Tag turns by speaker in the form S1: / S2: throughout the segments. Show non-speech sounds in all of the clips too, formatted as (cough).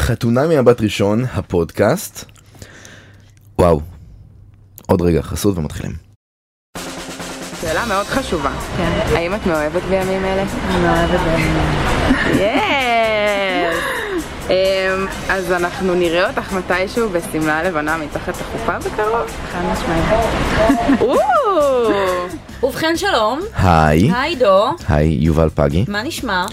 S1: חתונה מהבת ראשון, הפודקאסט. וואו. עוד רגע, חסות ומתחילים.
S2: שאלה מאוד חשובה. כן. האם את מאוהבת בימים אלה? מאוהבת בימים אלה. יס! אמ, אז אנחנו נראה אותך מתישהו בשמלה לבנה מתחת לחופה בקרוב? חד משמעית.
S3: ובכן שלום,
S1: היי.
S3: היי דו,
S1: היי, יובל פגי.
S3: מה נשמע?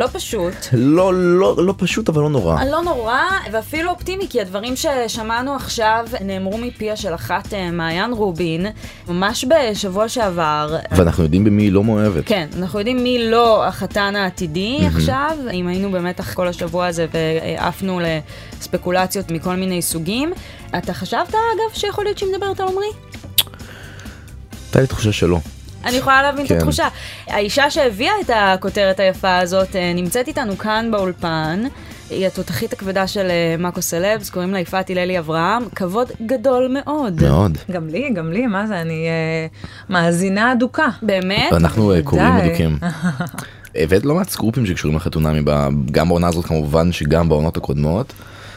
S3: לא פשוט,
S1: לא, לא, לא פשוט, אבל לא נורא.
S3: לא נורא ואפילו אופטימי כי הדברים ששמענו עכשיו נאמרו מפיה של אחת אה, מעיין רובין ממש בשבוע שעבר.
S1: ואנחנו יודעים במי היא לא מאוהבת.
S3: כן, אנחנו יודעים מי לא החתן העתידי עכשיו, אם היינו במתח כל השבוע הזה ועפנו לספקולציות מכל מיני סוגים. אתה חשבת אגב שיכול להיות שהיא מדברת על עמרי?
S1: הייתה לי תחושה שלא.
S3: אני יכולה להבין
S1: כן.
S3: את התחושה. האישה שהביאה את הכותרת היפה הזאת אה, נמצאת איתנו כאן באולפן. היא התותחית הכבדה של אה, מאקו סלבס, קוראים לה יפעת הלל אברהם. כבוד גדול מאוד.
S1: מאוד.
S4: גם לי, גם לי, מה זה, אני אה, מאזינה אדוקה.
S3: באמת?
S1: אנחנו אה, קוראים
S4: די.
S1: אדוקים.
S3: (laughs)
S1: הבאת לא מעט סקרופים שקשורים לחתונה, מב- גם בעונה הזאת כמובן, שגם בעונות הקודמות.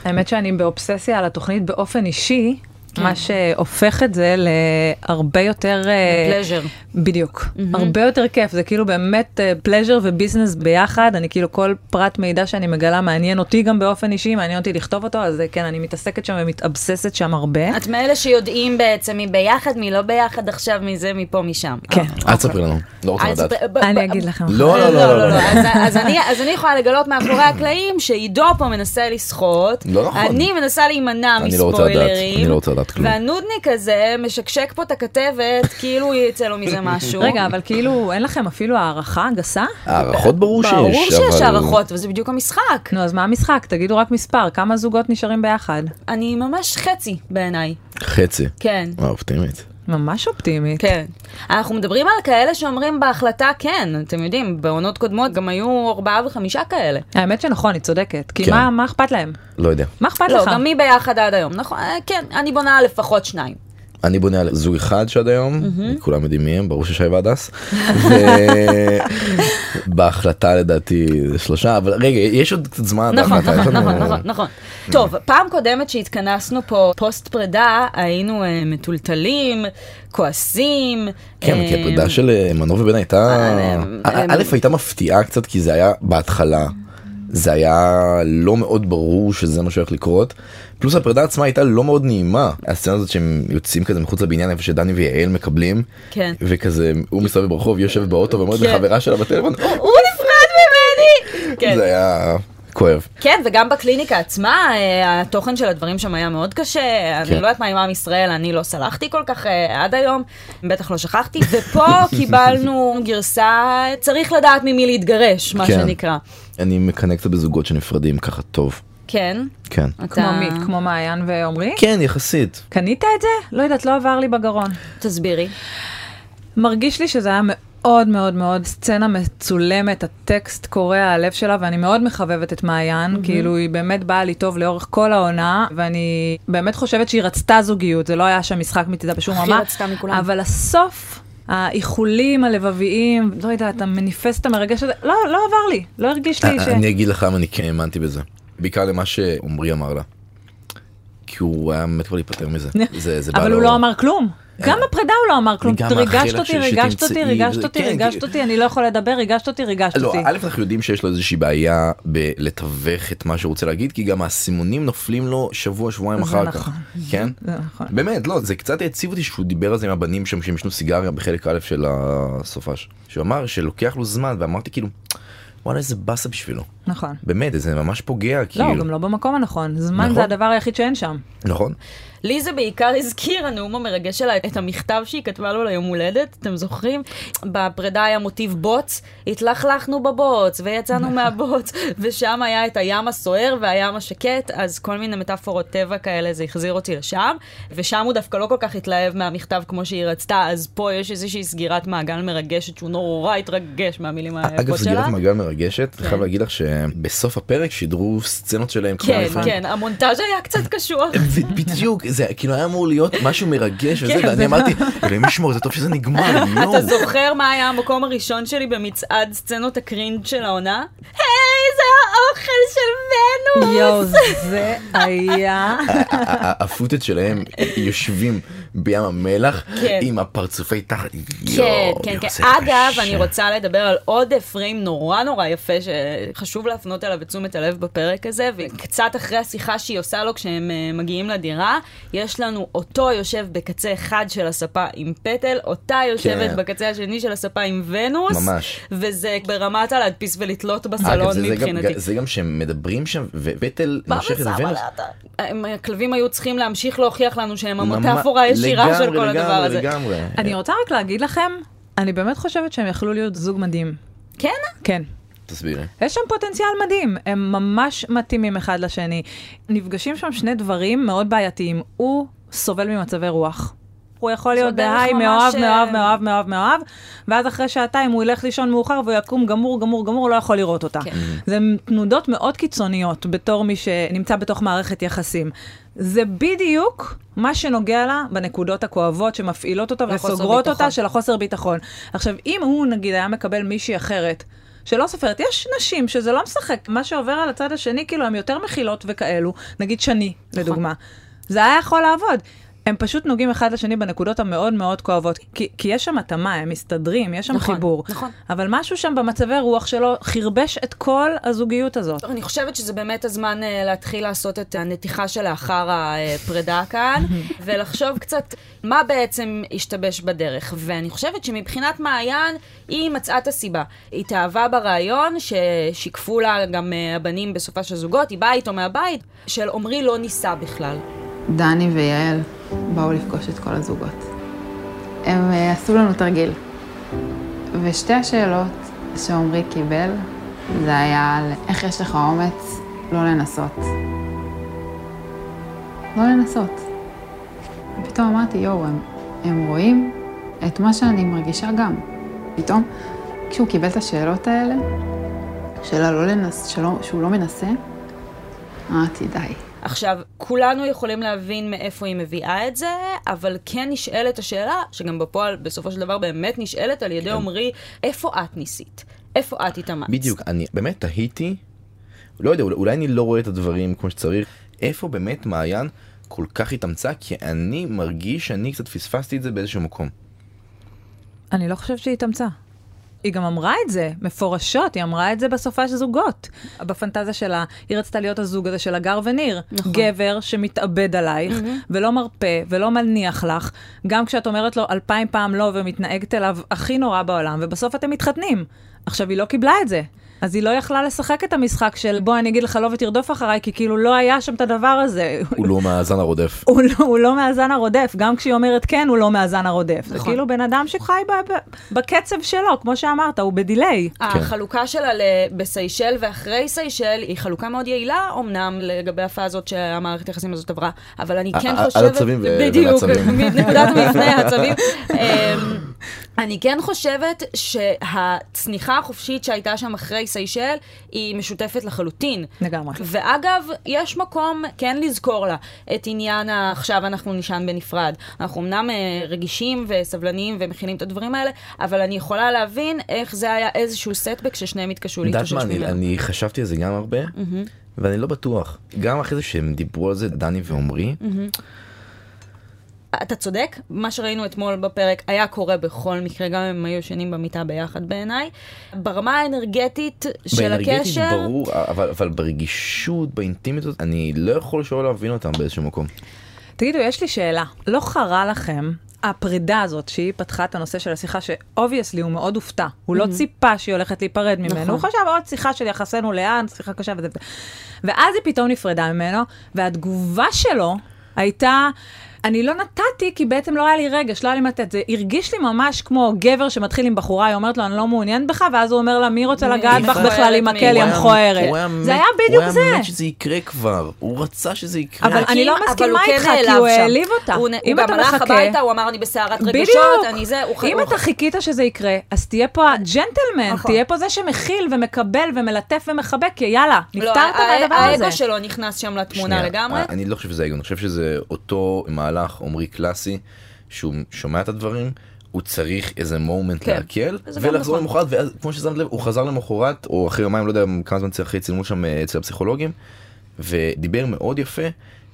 S4: האמת שאני באובססיה על התוכנית באופן אישי,
S3: כן.
S4: מה שהופך את זה להרבה יותר... אה,
S3: לפלז'ר.
S4: בדיוק. הרבה יותר כיף, זה כאילו באמת פלז'ר וביזנס ביחד, אני כאילו כל פרט מידע שאני מגלה מעניין אותי גם באופן אישי, מעניין אותי לכתוב אותו, אז אה, כן, אני מתעסקת שם ומתאבססת שם הרבה.
S3: את מאלה שיודעים בעצם מי ביחד, מי לא ביחד עכשיו, מי זה, מפה, משם. אה,
S4: כן.
S1: אל תספרי לנו, לא רוצה
S3: אוקיי. אז
S1: לדעת.
S3: ב- ב-
S4: אני
S3: ב-
S4: אגיד לכם.
S1: לא, לא, לא, לא, לא.
S3: אז- אז אני- אז אני יכולה לגלות מאחורי הקלעים שעידו פה מנסה לסחוט,
S1: לא נכון.
S3: אני מנסה להימנע
S1: אני לא רוצה לדעת, אני
S3: מספוילרים,
S1: לא רוצה לדעת כלום.
S3: והנודניק הזה משקשק פה את הכתבת (laughs) כאילו יצא לו מזה משהו.
S4: רגע, אבל כאילו, אין לכם אפילו הערכה גסה?
S1: הערכות ברור שיש,
S3: ברור שיש
S1: אבל-
S3: הערכות, וזה בדיוק המשחק.
S4: נו, אז מה המשחק? תגידו רק מספר, כמה זוגות נשארים ביחד?
S3: אני ממש חצי בעיניי.
S1: חצי.
S3: כן.
S1: וואו, אופטימית.
S4: ממש אופטימית.
S3: כן. אנחנו מדברים על כאלה שאומרים בהחלטה כן, אתם יודעים, בעונות קודמות גם היו ארבעה וחמישה כאלה.
S4: האמת שנכון, היא צודקת. כי
S1: כן.
S4: מה, מה אכפת להם?
S1: לא יודע.
S4: מה אכפת
S3: לא,
S4: לך?
S3: גם מי ביחד עד היום, נכון? אה, כן, אני בונה על לפחות שניים.
S1: אני בונה על זוג אחד שעד היום, כולם יודעים מי הם, ברור ששי והדס. בהחלטה לדעתי זה שלושה, אבל רגע, יש עוד קצת זמן. עד
S3: נכון,
S1: ההחלטה, יש
S3: נכון,
S1: לנו-
S3: נכון, נכון, נכון.
S1: Mm.
S3: טוב, פעם קודמת שהתכנסנו פה, פוסט פרידה, היינו אה, מטולטלים, כועסים.
S1: כן, כי
S3: אה,
S1: הפרידה של אה, מנור ובן הייתה,
S3: אה,
S1: א', א', הייתה מפתיעה קצת, כי זה היה בהתחלה. זה היה לא מאוד ברור שזה מה שהולך לקרות. פלוס הפרידה עצמה הייתה לא מאוד נעימה. הסצנה הזאת שהם יוצאים כזה מחוץ לבניין איפה שדני ויעל מקבלים.
S3: כן.
S1: וכזה, הוא מסתובב ברחוב, היא יושבת באוטו ואומרת
S3: כן.
S1: לחברה שלה בטלפון, "או,
S3: הוא נפרד
S1: (laughs)
S3: ממני! כן.
S1: זה היה כואב.
S3: כן, וגם בקליניקה עצמה, אה, התוכן של הדברים שם היה מאוד קשה.
S1: כן.
S3: אני לא יודעת מה עם עם ישראל, אני לא סלחתי כל כך אה, עד היום, בטח לא שכחתי.
S1: (laughs)
S3: ופה קיבלנו גרסה, צריך לדעת ממי להתגרש, מה
S1: כן.
S3: שנקרא.
S1: אני מקנא קצת בזוגות שנפרדים ככה טוב.
S3: כן.
S1: כן.
S4: כמו
S3: אתה-
S4: מי? כמו מעיין ועומרי?
S1: כן, יחסית.
S4: קנית את זה? לא יודעת, לא עבר לי בגרון.
S3: תסבירי.
S4: מרגיש לי שזה היה מאוד מאוד מאוד סצנה מצולמת, הטקסט קורע הלב שלה, ואני מאוד מחבבת את מעיין, mm-hmm. כאילו היא באמת באה לי טוב לאורך כל העונה, ואני באמת חושבת שהיא רצתה זוגיות, זה לא היה שם משחק מצידה בשום
S3: הכי
S4: רמה.
S3: רצתה מכולם.
S4: אבל הסוף... האיחולים הלבביים, לא יודעת, המניפסט המרגש הזה, לא, לא עבר לי, לא הרגיש לי ש...
S1: אה, אני אגיד לך למה אני כן האמנתי בזה. בעיקר למה שעמרי אמר לה. כי הוא היה מת כבר להיפטר
S4: (laughs)
S1: מזה. זה- זה בא
S4: אבל הוא
S1: לו-
S4: לא אמר כלום. גם בפרידה הוא לא אמר כלום.
S1: גם
S4: ריגשת
S1: החלק
S4: אותי,
S1: של
S4: ריגשת אותי,
S1: שתמצאי,
S4: ריגשת
S1: זה-
S4: אותי,
S1: כן,
S4: ריגשת
S1: כי-
S4: אותי, אני לא יכול לדבר, ריגשת אותי, ריגשת
S1: לא,
S4: אותי.
S1: א' אנחנו יודעים שיש לו איזושהי בעיה בלתווך את מה שהוא רוצה להגיד, כי גם הסימונים נופלים לו שבוע, שבועיים
S4: זה
S1: אחר
S4: נכון.
S1: כך. כן?
S4: זה נכון.
S1: באמת, לא, זה קצת העציב אותי שהוא דיבר על זה עם הבנים שם, שהם ישנו סיגריה בחלק א' של הסופש. שהוא אמר שלוקח לו זמן, ואמרתי כאילו, וואלה איזה באסה בשבילו.
S4: נכון.
S1: באמת, זה ממש פוגע,
S4: לא,
S1: כאילו.
S4: גם לא במקום הנכון. זמן
S1: נכון.
S4: זה הדבר היחיד שאין שם.
S1: נכון?
S3: לי זה בעיקר הזכיר, הנאום המרגש שלה, את המכתב שהיא כתבה לו ליום הולדת, אתם זוכרים? בפרידה היה מוטיב בוץ, התלכלכנו בבוץ,
S1: (laughs)
S3: ויצאנו מהבוץ, ושם היה את הים הסוער והים השקט, אז כל מיני מטאפורות טבע כאלה, זה החזיר אותי לשם, ושם הוא דווקא לא כל כך התלהב מהמכתב כמו שהיא רצתה, אז פה יש איזושהי סגירת מעגל מרגשת, שהוא נורא התרגש מהמילים היפות שלה.
S1: אגב, סגירת מעגל מרגשת, אני חייב להגיד לך שבסוף הפרק שידרו סצנות שלהם. כבר
S3: כן,
S1: לפני.
S3: כן, המונטאז' היה קצת
S1: (laughs)
S3: קשוח.
S1: ו- בדיוק, זה כאילו היה אמור להיות משהו מרגש וזה,
S3: כן,
S1: ואני
S3: זה-
S1: אמרתי, אלוהים ישמור, זה טוב שזה נגמר, נו.
S3: אתה זוכר מה היה המקום הראשון שלי במצעד סצנות הקרינג' של העונה? היי, זה האוכל של ונוס!
S4: יואו, זה היה...
S1: הפוטג' שלהם יושבים בים המלח
S3: כן.
S1: עם הפרצופי תחת.
S3: כן,
S1: יואו,
S3: כן,
S1: יואו,
S3: כן.
S1: זה
S3: אגב,
S1: קשה.
S3: אני רוצה לדבר על עוד פריים נורא נורא יפה, שחשוב להפנות אליו את תשומת הלב בפרק הזה, וקצת אחרי השיחה שהיא עושה לו כשהם אה, מגיעים לדירה, יש לנו אותו יושב בקצה אחד של הספה עם פטל, אותה יושבת
S1: כן.
S3: בקצה השני של הספה עם ונוס,
S1: ממש.
S3: וזה ברמת הלהדפיס ולתלות
S1: אגב,
S3: בסלון
S1: זה- זה גם-
S3: מבחינתי.
S1: זה גם שהם מדברים שם, ופטל
S3: מה
S1: מושך את
S3: מצב
S1: ונוס.
S3: עליה אתה? הם- הכלבים היו צריכים להמשיך להוכיח לנו שהם
S1: ממש-
S3: המטאפורה הישירה של כל
S1: לגמרי,
S3: הדבר הזה.
S1: לגמרי, לגמרי.
S4: אני רוצה רק להגיד לכם, אני באמת חושבת שהם יכלו להיות זוג מדהים.
S3: כן?
S4: כן.
S1: תסבירי.
S4: יש שם פוטנציאל מדהים, הם ממש מתאימים אחד לשני. נפגשים שם שני דברים מאוד בעייתיים. הוא סובל ממצבי רוח. הוא יכול להיות
S3: דרך
S4: בהיי
S3: ממש,
S4: מאוהב,
S3: אה,
S4: מאוהב, מאוהב, מאוהב, מאוהב, ואז אחרי שעתיים הוא ילך לישון מאוחר והוא יקום גמור, גמור, גמור, הוא לא יכול לראות אותה.
S3: כן.
S4: זה תנודות מאוד קיצוניות בתור מי שנמצא בתוך מערכת יחסים. זה בדיוק מה שנוגע לה בנקודות הכואבות שמפעילות אותה
S3: וחוסר
S4: וסוגרות
S3: ביטחון.
S4: אותה של החוסר ביטחון. עכשיו, אם הוא נגיד היה מקבל מישהי אחרת, שלא סופרת, יש נשים שזה לא משחק, מה שעובר על הצד השני, כאילו, הן יותר מכילות וכאלו, נגיד שני,
S3: נכון.
S4: לדוגמה. זה היה יכול לעבוד. הם פשוט נוגעים אחד לשני בנקודות המאוד מאוד כואבות, כי, כי יש שם התאמה, הם מסתדרים, יש שם
S3: נכון,
S4: חיבור.
S3: נכון.
S4: אבל משהו שם במצבי רוח שלו חרבש את כל הזוגיות הזאת.
S3: אני חושבת שזה באמת הזמן אה, להתחיל לעשות את הנתיחה שלאחר הפרידה
S1: (laughs)
S3: כאן, ולחשוב קצת מה בעצם השתבש בדרך. ואני חושבת שמבחינת מעיין, היא מצאה את הסיבה. היא התאהבה ברעיון ששיקפו לה גם אה, הבנים בסופה של זוגות, היא באה איתו מהבית, של עמרי לא נישא בכלל.
S2: דני ויעל באו לפגוש את כל הזוגות. הם אה, עשו לנו תרגיל. ושתי השאלות שעמרי קיבל, זה היה על איך יש לך אומץ לא לנסות. לא לנסות. פתאום אמרתי, יואו, הם, הם רואים את מה שאני מרגישה גם. פתאום, כשהוא קיבל את השאלות האלה, של הלא לנס, שלא, שהוא לא מנסה, אמרתי, די.
S3: עכשיו, כולנו יכולים להבין מאיפה היא מביאה את זה, אבל כן נשאלת השאלה, שגם בפועל, בסופו של דבר, באמת נשאלת על
S1: כן.
S3: ידי עמרי, איפה את ניסית? איפה את התאמצת?
S1: בדיוק, אני באמת תהיתי, לא יודע, אולי- אולי אני לא רואה את הדברים כמו שצריך, איפה באמת מעיין כל כך התאמצה, כי אני מרגיש שאני קצת פספסתי את זה באיזשהו מקום.
S4: אני לא חושבת שהיא התאמצה. היא גם אמרה את זה, מפורשות, היא אמרה את זה בסופה של זוגות. בפנטזיה שלה, היא רצתה להיות הזוג הזה של הגר וניר.
S3: נכון.
S4: גבר שמתאבד עלייך, ולא מרפה, ולא מניח לך, גם כשאת אומרת לו אלפיים פעם לא ומתנהגת אליו הכי נורא בעולם, ובסוף אתם מתחתנים. עכשיו, היא לא קיבלה את זה. אז היא לא יכלה לשחק את המשחק של בוא אני אגיד לך לא ותרדוף אחריי, כי כאילו לא היה שם את הדבר הזה.
S1: הוא לא מהזן הרודף.
S4: הוא לא, הוא לא מהזן הרודף, גם כשהיא אומרת כן, הוא לא מהזן הרודף. זה כאילו בן אדם שחי ב, ב, בקצב שלו, כמו שאמרת, הוא בדיליי.
S1: כן.
S3: החלוקה שלה ל- בסיישל ואחרי סיישל היא חלוקה מאוד יעילה, אמנם לגבי הפאזות שהמערכת היחסים הזאת עברה, אבל אני
S1: ע-
S3: כן
S1: ע- על
S3: חושבת...
S1: הצבים ו-
S3: בדיוק,
S1: ולעצבים.
S3: (laughs) מנקודת
S1: (laughs)
S3: מפנה הצבים. אמ, אני כן חושבת שהצניחה החופשית שהייתה שם אחרי סיישל היא משותפת לחלוטין.
S4: לגמרי.
S3: ואגב, יש מקום כן לזכור לה את עניין ה- עכשיו אנחנו נישן בנפרד. אנחנו אמנם אה, רגישים וסבלניים ומכינים את הדברים האלה, אבל אני יכולה להבין איך זה היה איזשהו סטבק ששניהם התקשו
S1: יודעת
S3: להתאושש
S1: מה, אני,
S3: ממנו.
S1: אני חשבתי על זה גם הרבה, ואני לא בטוח. גם אחרי זה שהם דיברו על זה, דני ועמרי,
S3: אתה צודק, מה שראינו אתמול בפרק היה קורה בכל מקרה, גם אם הם היו ישנים במיטה ביחד בעיניי. ברמה האנרגטית של
S1: באנרגטית
S3: הקשר...
S1: ברור, אבל, אבל ברגישות, באינטימיות, הזאת, אני לא יכול שלא להבין אותם באיזשהו מקום.
S4: תגידו, יש לי שאלה. לא חרה לכם הפרידה הזאת שהיא פתחה את הנושא של השיחה, שאובייסלי הוא מאוד הופתע. הוא לא ציפה שהיא הולכת להיפרד ממנו. הוא חשב עוד שיחה של יחסינו לאן, שיחה קשה וזה. וזה." ואז היא פתאום נפרדה ממנו, והתגובה שלו הייתה... אני לא נתתי כי בעצם לא היה לי רגש, לא היה לי לתת. זה הרגיש לי ממש כמו גבר שמתחיל עם בחורה, היא אומרת לו, אני לא מעוניינת בך, ואז הוא אומר לה, מי רוצה
S3: מי
S4: לגעת בך
S3: מכוערת,
S4: בכלל עם
S3: מי?"
S4: מקל,
S3: הוא
S4: יא
S3: היה-
S4: מכוערת.
S1: הוא
S4: כן, זה
S1: מת-
S4: היה בדיוק זה.
S1: הוא היה מת שזה יקרה כבר, הוא רצה שזה יקרה.
S4: אבל אני לא
S3: אבל
S4: מסכימה
S3: הוא כן
S4: איתך, כי
S3: נעלב
S4: הוא
S3: שם.
S4: העליב אותה.
S3: הוא נ- הוא
S4: אם
S3: גם
S4: אתה
S3: הלך
S4: מחכה-
S3: הביתה, הוא אמר, אני בסערת רגשות, אני זה, הוא ח-
S4: אם
S3: הוא
S4: אתה
S3: ח-
S4: חיכית שזה יקרה, אז תהיה פה הג'נטלמן,
S3: נכון.
S4: תהיה פה זה שמכיל ומקבל ומלטף ומחבק, כי יאללה,
S3: לא,
S4: נפטרת
S3: הא-
S4: מהדבר
S3: האגו
S4: הזה.
S3: שלו נכנס שם לתמונה
S1: שנייה, אה,
S3: לגמרי.
S1: אני לא חושב שזה אגון, אני חושב שזה אותו מהלך עומרי קלאסי, שהוא שומע את הדברים, הוא צריך איזה מומנט
S3: כן.
S1: להקל,
S3: זה גם
S1: ולחזור
S3: נכון.
S1: למחרת, ואז כמו ששמת לב, הוא חזר למחרת, או אחרי יומיים, לא יודע כמה זמן אחרי צילמו שם אה, אצל הפסיכולוגים, ודיבר מאוד יפה,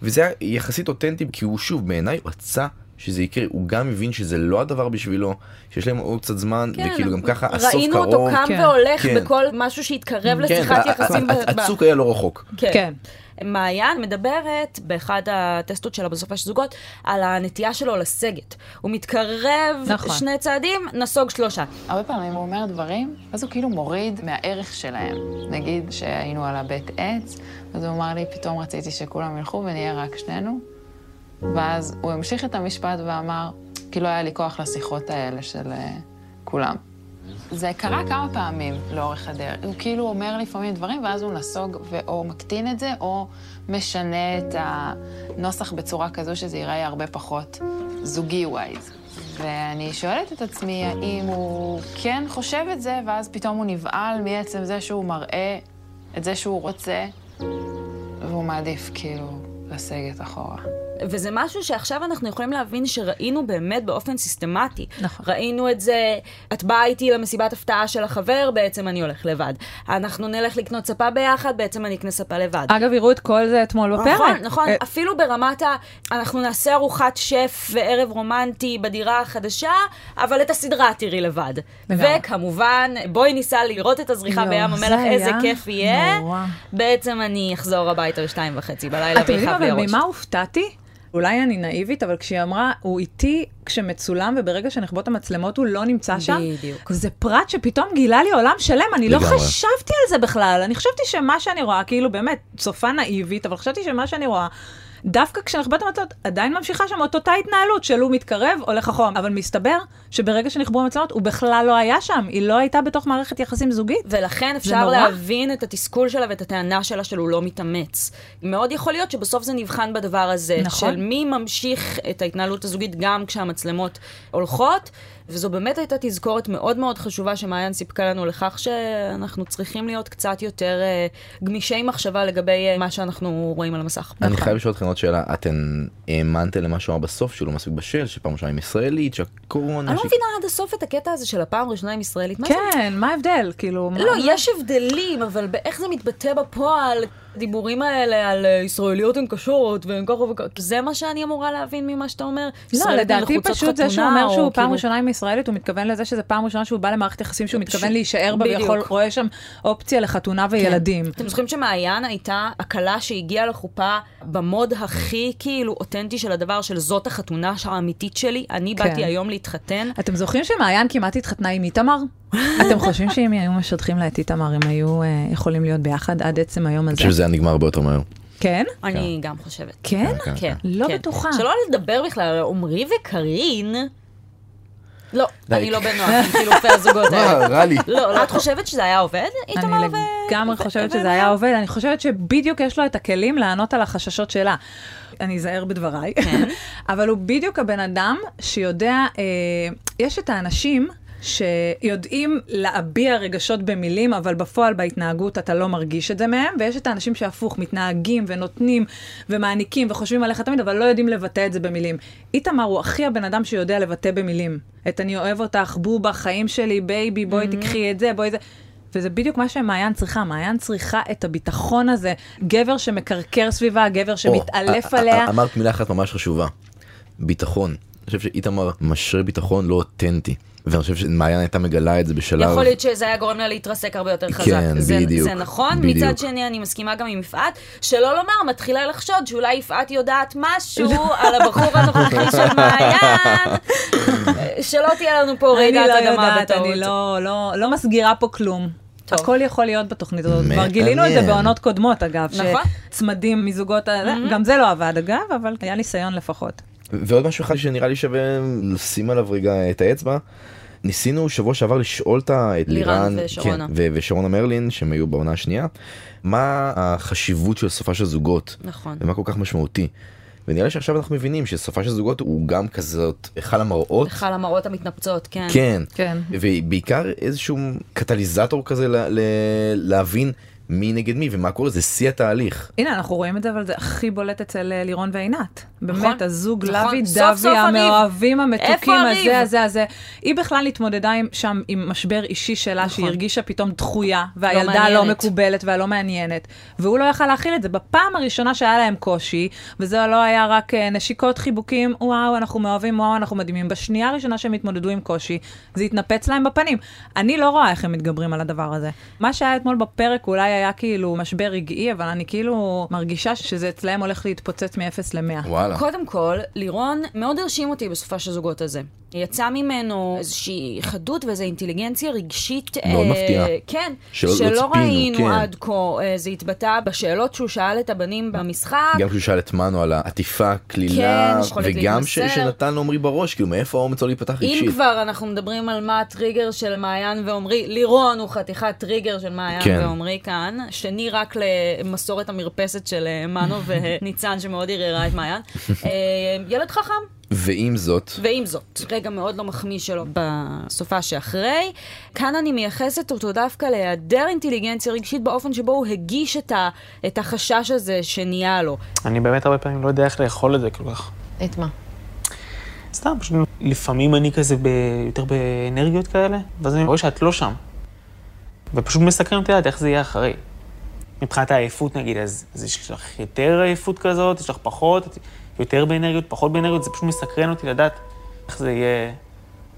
S1: וזה היה יחסית אותנטי, כי הוא שוב, בעיניי, הוא רצה. שזה יקרה, הוא גם מבין שזה לא הדבר בשבילו, שיש להם עוד קצת זמן,
S3: כן,
S1: וכאילו כאילו גם ככה הסוף קרוב.
S3: ראינו אותו קם
S4: כן.
S3: והולך
S1: כן.
S3: בכל משהו שהתקרב
S1: כן,
S3: לשיחת
S1: ה- ה-
S3: יחסים.
S1: ה-
S3: ב- ב-
S1: הצוק היה לא רחוק.
S4: כן.
S3: מעיין מדברת באחד הטסטות שלה בסופי זוגות על הנטייה שלו לסגת. הוא מתקרב
S4: נכון.
S3: שני צעדים, נסוג שלושה.
S2: הרבה פעמים הוא אומר דברים, אז הוא כאילו מוריד מהערך שלהם. נגיד שהיינו על הבית עץ, אז הוא אמר לי, פתאום רציתי שכולם ילכו ונהיה רק שנינו. ואז הוא המשיך את המשפט ואמר, כי לא היה לי כוח לשיחות האלה של אה, כולם. זה קרה כמה פעמים לאורך הדרך. הוא כאילו אומר לפעמים דברים, ואז הוא נסוג ואו מקטין את זה, או משנה את הנוסח בצורה כזו שזה ייראה הרבה פחות זוגי ווייז. ואני שואלת את עצמי האם הוא כן חושב את זה, ואז פתאום הוא נבהל מעצם זה שהוא מראה את זה שהוא רוצה, והוא מעדיף כאילו לסגת אחורה.
S3: וזה משהו שעכשיו אנחנו יכולים להבין שראינו באמת באופן סיסטמטי.
S4: נכון.
S3: ראינו את זה, את באה איתי למסיבת הפתעה של החבר, בעצם אני הולך לבד. אנחנו נלך לקנות ספה ביחד, בעצם אני אקנה ספה לבד.
S4: אגב, הראו את כל זה אתמול בפרק.
S3: נכון, נכון,
S4: אה,
S3: אפילו ברמת ה... אנחנו נעשה ארוחת שף וערב רומנטי בדירה החדשה, אבל את הסדרה תראי לבד.
S4: לגמרי.
S3: וכמובן, בואי ניסע לראות את הזריחה
S4: יואו,
S3: בים
S4: זה
S3: המלח, איזה
S4: היה
S3: כיף יהיה.
S4: נורא.
S3: בעצם אני אחזור הביתה בשתיים וחצי בלילה
S4: אתם יודעים
S3: ויחב
S4: אבל
S3: וירוש.
S4: ממה הופתעתי? אולי אני נאיבית, אבל כשהיא אמרה, הוא איתי כשמצולם, וברגע שנחבוט המצלמות הוא לא נמצא שם.
S3: בדיוק.
S4: זה פרט שפתאום גילה לי עולם שלם, אני לא
S1: לגמרי.
S4: חשבתי על זה בכלל. אני חשבתי שמה שאני רואה, כאילו באמת, צופה נאיבית, אבל חשבתי שמה שאני רואה, דווקא כשנחבוט המצלמות, עדיין ממשיכה שם את אותה התנהלות של הוא מתקרב, הולך אחורה. אבל מסתבר שברגע שנחברו המצלמות, הוא בכלל לא היה שם, היא לא הייתה בתוך מערכת יחסים זוגית.
S3: ולכן אפשר
S4: נורא.
S3: להבין את התסכול שלה ואת הטענה שלה שהוא לא מתאמץ. מאוד יכול להיות שבסוף זה נבחן בדבר הזה,
S4: נכון.
S3: של מי ממשיך את ההתנהלות הזוגית גם כשהמצלמות הולכות, וזו באמת הייתה תזכורת מאוד מאוד חשובה שמעיין סיפקה לנו לכך שאנחנו צריכים להיות קצת יותר אה, גמישי מחשבה לגבי אה, מה שאנחנו רואים על המסך.
S1: אני חייב לשאול אתכם עוד שאלה, אתן האמנתם למה שהוא אמר בסוף, שהוא לא מספיק בשל, שפעם ראשונה עם ישראלית, שהקורונה,
S3: אני לא
S1: שהיא-
S3: מבינה עד הסוף את הקטע הזה של הפעם הראשונה עם ישראלית. מה זה
S4: כן, מה ההבדל? כאילו... מה-
S3: לא, יש הבדלים, אבל באיך זה מתבטא בפועל, הדיבורים האלה על אה, ישראליות הן קשות והן ככה וככה, זה מה שאני אמורה להבין ממה שאתה אומר?
S4: לא,
S3: ישראליות הן
S4: לדעתי
S3: לחוצות
S4: פשוט זה שהוא
S3: חתונה,
S4: אומר
S3: או
S4: שהוא פעם
S3: כאילו-
S4: ראשונה עם ישראלית, הוא מתכוון לזה שזה פעם ראשונה שהוא בא למערכת יחסים שהוא מתכוון להישאר בה,
S3: בדיוק. כן.
S4: ויכול, רואה שם אופציה לחתונה וילדים.
S3: אתם זוכרים שמעיין הייתה הכלה שהגיעה לחופה במוד הכי כאילו אותנטי של הדבר, של זאת החתונה האמיתית שלי, אני
S4: כן.
S3: באתי היום להתחתן.
S4: אתם זוכרים שמעיין כמעט התחתנה
S3: (laughs)
S4: עם איתמר? אתם חושבים שאם היו משדכים לה את איתמר, הם היו אה, יכולים להיות ביחד עד עצם היום
S1: אני
S4: הזה?
S1: חושב שזה היה נגמר הרבה יותר מהר.
S4: כן?
S3: אני גם חושבת.
S4: כן?
S1: כן,
S3: כן.
S4: לא
S3: כן.
S4: בטוחה.
S3: שלא לדבר בכלל, עמרי וקארין... לא,
S1: די.
S3: אני לא בנוער, עם חילופי הזוגות האלה.
S1: מה, אה, רע לי.
S3: לא, לא, את חושבת שזה היה עובד? איתמר
S4: אני
S3: ו...
S4: לגמרי חושבת שזה היה עובד, אני חושבת שבדיוק יש לו את הכלים לענות על החששות שלה. אני אזהר בדבריי,
S3: כן.
S4: (laughs) אבל הוא בדיוק הבן אדם שיודע, אה, יש את האנשים שיודעים להביע רגשות במילים, אבל בפועל בהתנהגות אתה לא מרגיש את זה מהם, ויש את האנשים שהפוך, מתנהגים ונותנים ומעניקים וחושבים עליך תמיד, אבל לא יודעים לבטא את זה במילים. איתמר הוא הכי הבן אדם שיודע לבטא במילים. את אני אוהב אותך, בובה, חיים שלי, בייבי,
S3: Mm-hmm.
S4: בואי תקחי את זה, בואי זה. וזה בדיוק מה שמעיין צריכה, מעיין צריכה את הביטחון הזה, גבר שמקרקר סביבה, גבר שמתעלף
S1: או, א- א-
S4: עליה.
S1: א- אה, אמרת מילה אחת ממש חשובה, ביטחון. אני חושב שאיתמר משרה ביטחון לא אותנטי, ואני חושב שמעיין הייתה מגלה את זה
S4: לא,
S1: בשלב...
S3: יכול להיות שזה היה גורם לה להתרסק הרבה יותר חזק.
S1: כן,
S3: זה,
S1: בדיוק,
S3: זה נכון. מצד
S1: בדיוק.
S3: שני, אני מסכימה גם עם יפעת, שלא לומר, מתחילה לחשוד שאולי יפעת יודעת
S4: (laughs)
S3: משהו על הבחור הנוכחי של מעיין, שלא תהיה לנו פה
S4: אני
S3: רעידת
S4: לא
S3: אדמה
S4: יודעת,
S3: בטעות.
S4: אני לא, לא, לא מסגירה פה כלום.
S3: טוב.
S4: הכל יכול להיות בתוכנית הזאת. כבר
S1: מעניין.
S4: גילינו את זה בעונות קודמות, אגב.
S3: נכון.
S4: שצמדים מזוגות, ה- גם זה לא עבד, אגב, אבל היה ניסיון לפחות.
S1: ועוד משהו אחד שנראה לי שווה לשים עליו רגע את האצבע. ניסינו שבוע שעבר לשאול את ה- את
S3: לירן
S1: לירן
S3: ושרונה.
S1: כן, ו- ושרונה מרלין שהם היו בעונה השנייה מה החשיבות של סופה של זוגות
S3: נכון.
S1: ומה כל כך משמעותי. ונראה לי שעכשיו אנחנו מבינים שסופה של זוגות הוא גם כזאת היכל המראות
S3: בכלל המראות המתנפצות, כן.
S1: כן
S4: כן.
S1: ובעיקר איזשהו קטליזטור כזה ל- ל- להבין מי נגד מי ומה קורה, זה שיא התהליך.
S4: הנה, אנחנו רואים את זה, אבל זה הכי בולט אצל אה, לירון ועינת.
S3: נכון.
S4: באמת, הזוג
S3: נכון.
S4: לוי
S3: סוף סוף
S4: דווי
S3: הריב.
S4: המאוהבים המתוקים
S3: איפה הריב?
S4: הזה, הזה, הזה. היא בכלל התמודדה עם- שם עם משבר אישי שלה, שהיא הרגישה פתאום דחויה, והילדה לא
S3: נכון. מעניינת.
S4: מקובלת והלא מעניינת. והוא לא יכל להכיל את זה. בפעם הראשונה שהיה להם קושי, וזה לא היה רק אה, נשיקות, חיבוקים, וואו, אנחנו מאוהבים, וואו, אנחנו מדהימים. בשנייה הראשונה שהם התמודדו עם קושי, זה התנפץ להם בפנים. אני לא רואה איך הם מתגברים על הדבר הזה. מה שהיה אתמול בפרק אולי היה כאילו משבר רגעי, אבל אני כאילו מרגישה שזה אצלהם הולך להתפוצץ מ-0 ל-100.
S1: וואלה.
S3: קודם כל, לירון מאוד הרשים אותי בסופש הזוגות הזה. יצא ממנו איזושהי חדות ואיזו אינטליגנציה רגשית.
S1: מאוד מפתיעה.
S3: כן.
S1: שלא- לא
S3: שלא
S1: ציפינו,
S3: ראינו
S1: כן.
S3: עד כה. אה, זה התבטא בשאלות שהוא שאל את הבנים במשחק.
S1: גם כשהוא שאל את מנו על העטיפה, קלילה,
S3: כן, שיכולת
S1: וגם ש-
S3: להתמסר.
S1: שנתן לעומרי בראש, כאילו מאיפה האומץ לא להיפתח
S3: אם
S1: רגשית.
S3: כבר אנחנו מדברים על מה הטריגר של מעיין ועומרי, לירון הוא חתיכת טריגר של מעיין
S1: כן.
S3: ועומרי כאן, שני רק למסורת המרפסת של אה,
S1: (laughs)
S3: מנו וניצן שמאוד ערערה את מעיין. אה, ילד חכם,
S1: ועם זאת,
S3: ועם זאת, רגע מאוד לא מחמיא שלו בסופה שאחרי. כאן אני מייחסת אותו דווקא להיעדר אינטליגנציה רגשית באופן שבו הוא הגיש את, ה, את החשש הזה שנהיה לו.
S5: אני באמת הרבה פעמים לא יודע איך לאכול את זה כל כך.
S6: את מה?
S5: סתם, פשוט לפעמים אני כזה ב... יותר באנרגיות כאלה, ואז אני רואה שאת לא שם. ופשוט מסקרן אותי לדעת איך זה יהיה אחרי. מבחינת העייפות נגיד, אז, אז יש לך יותר עייפות כזאת, יש לך פחות, את יותר באנרגיות, פחות באנרגיות, זה פשוט מסקרן אותי לדעת איך זה יהיה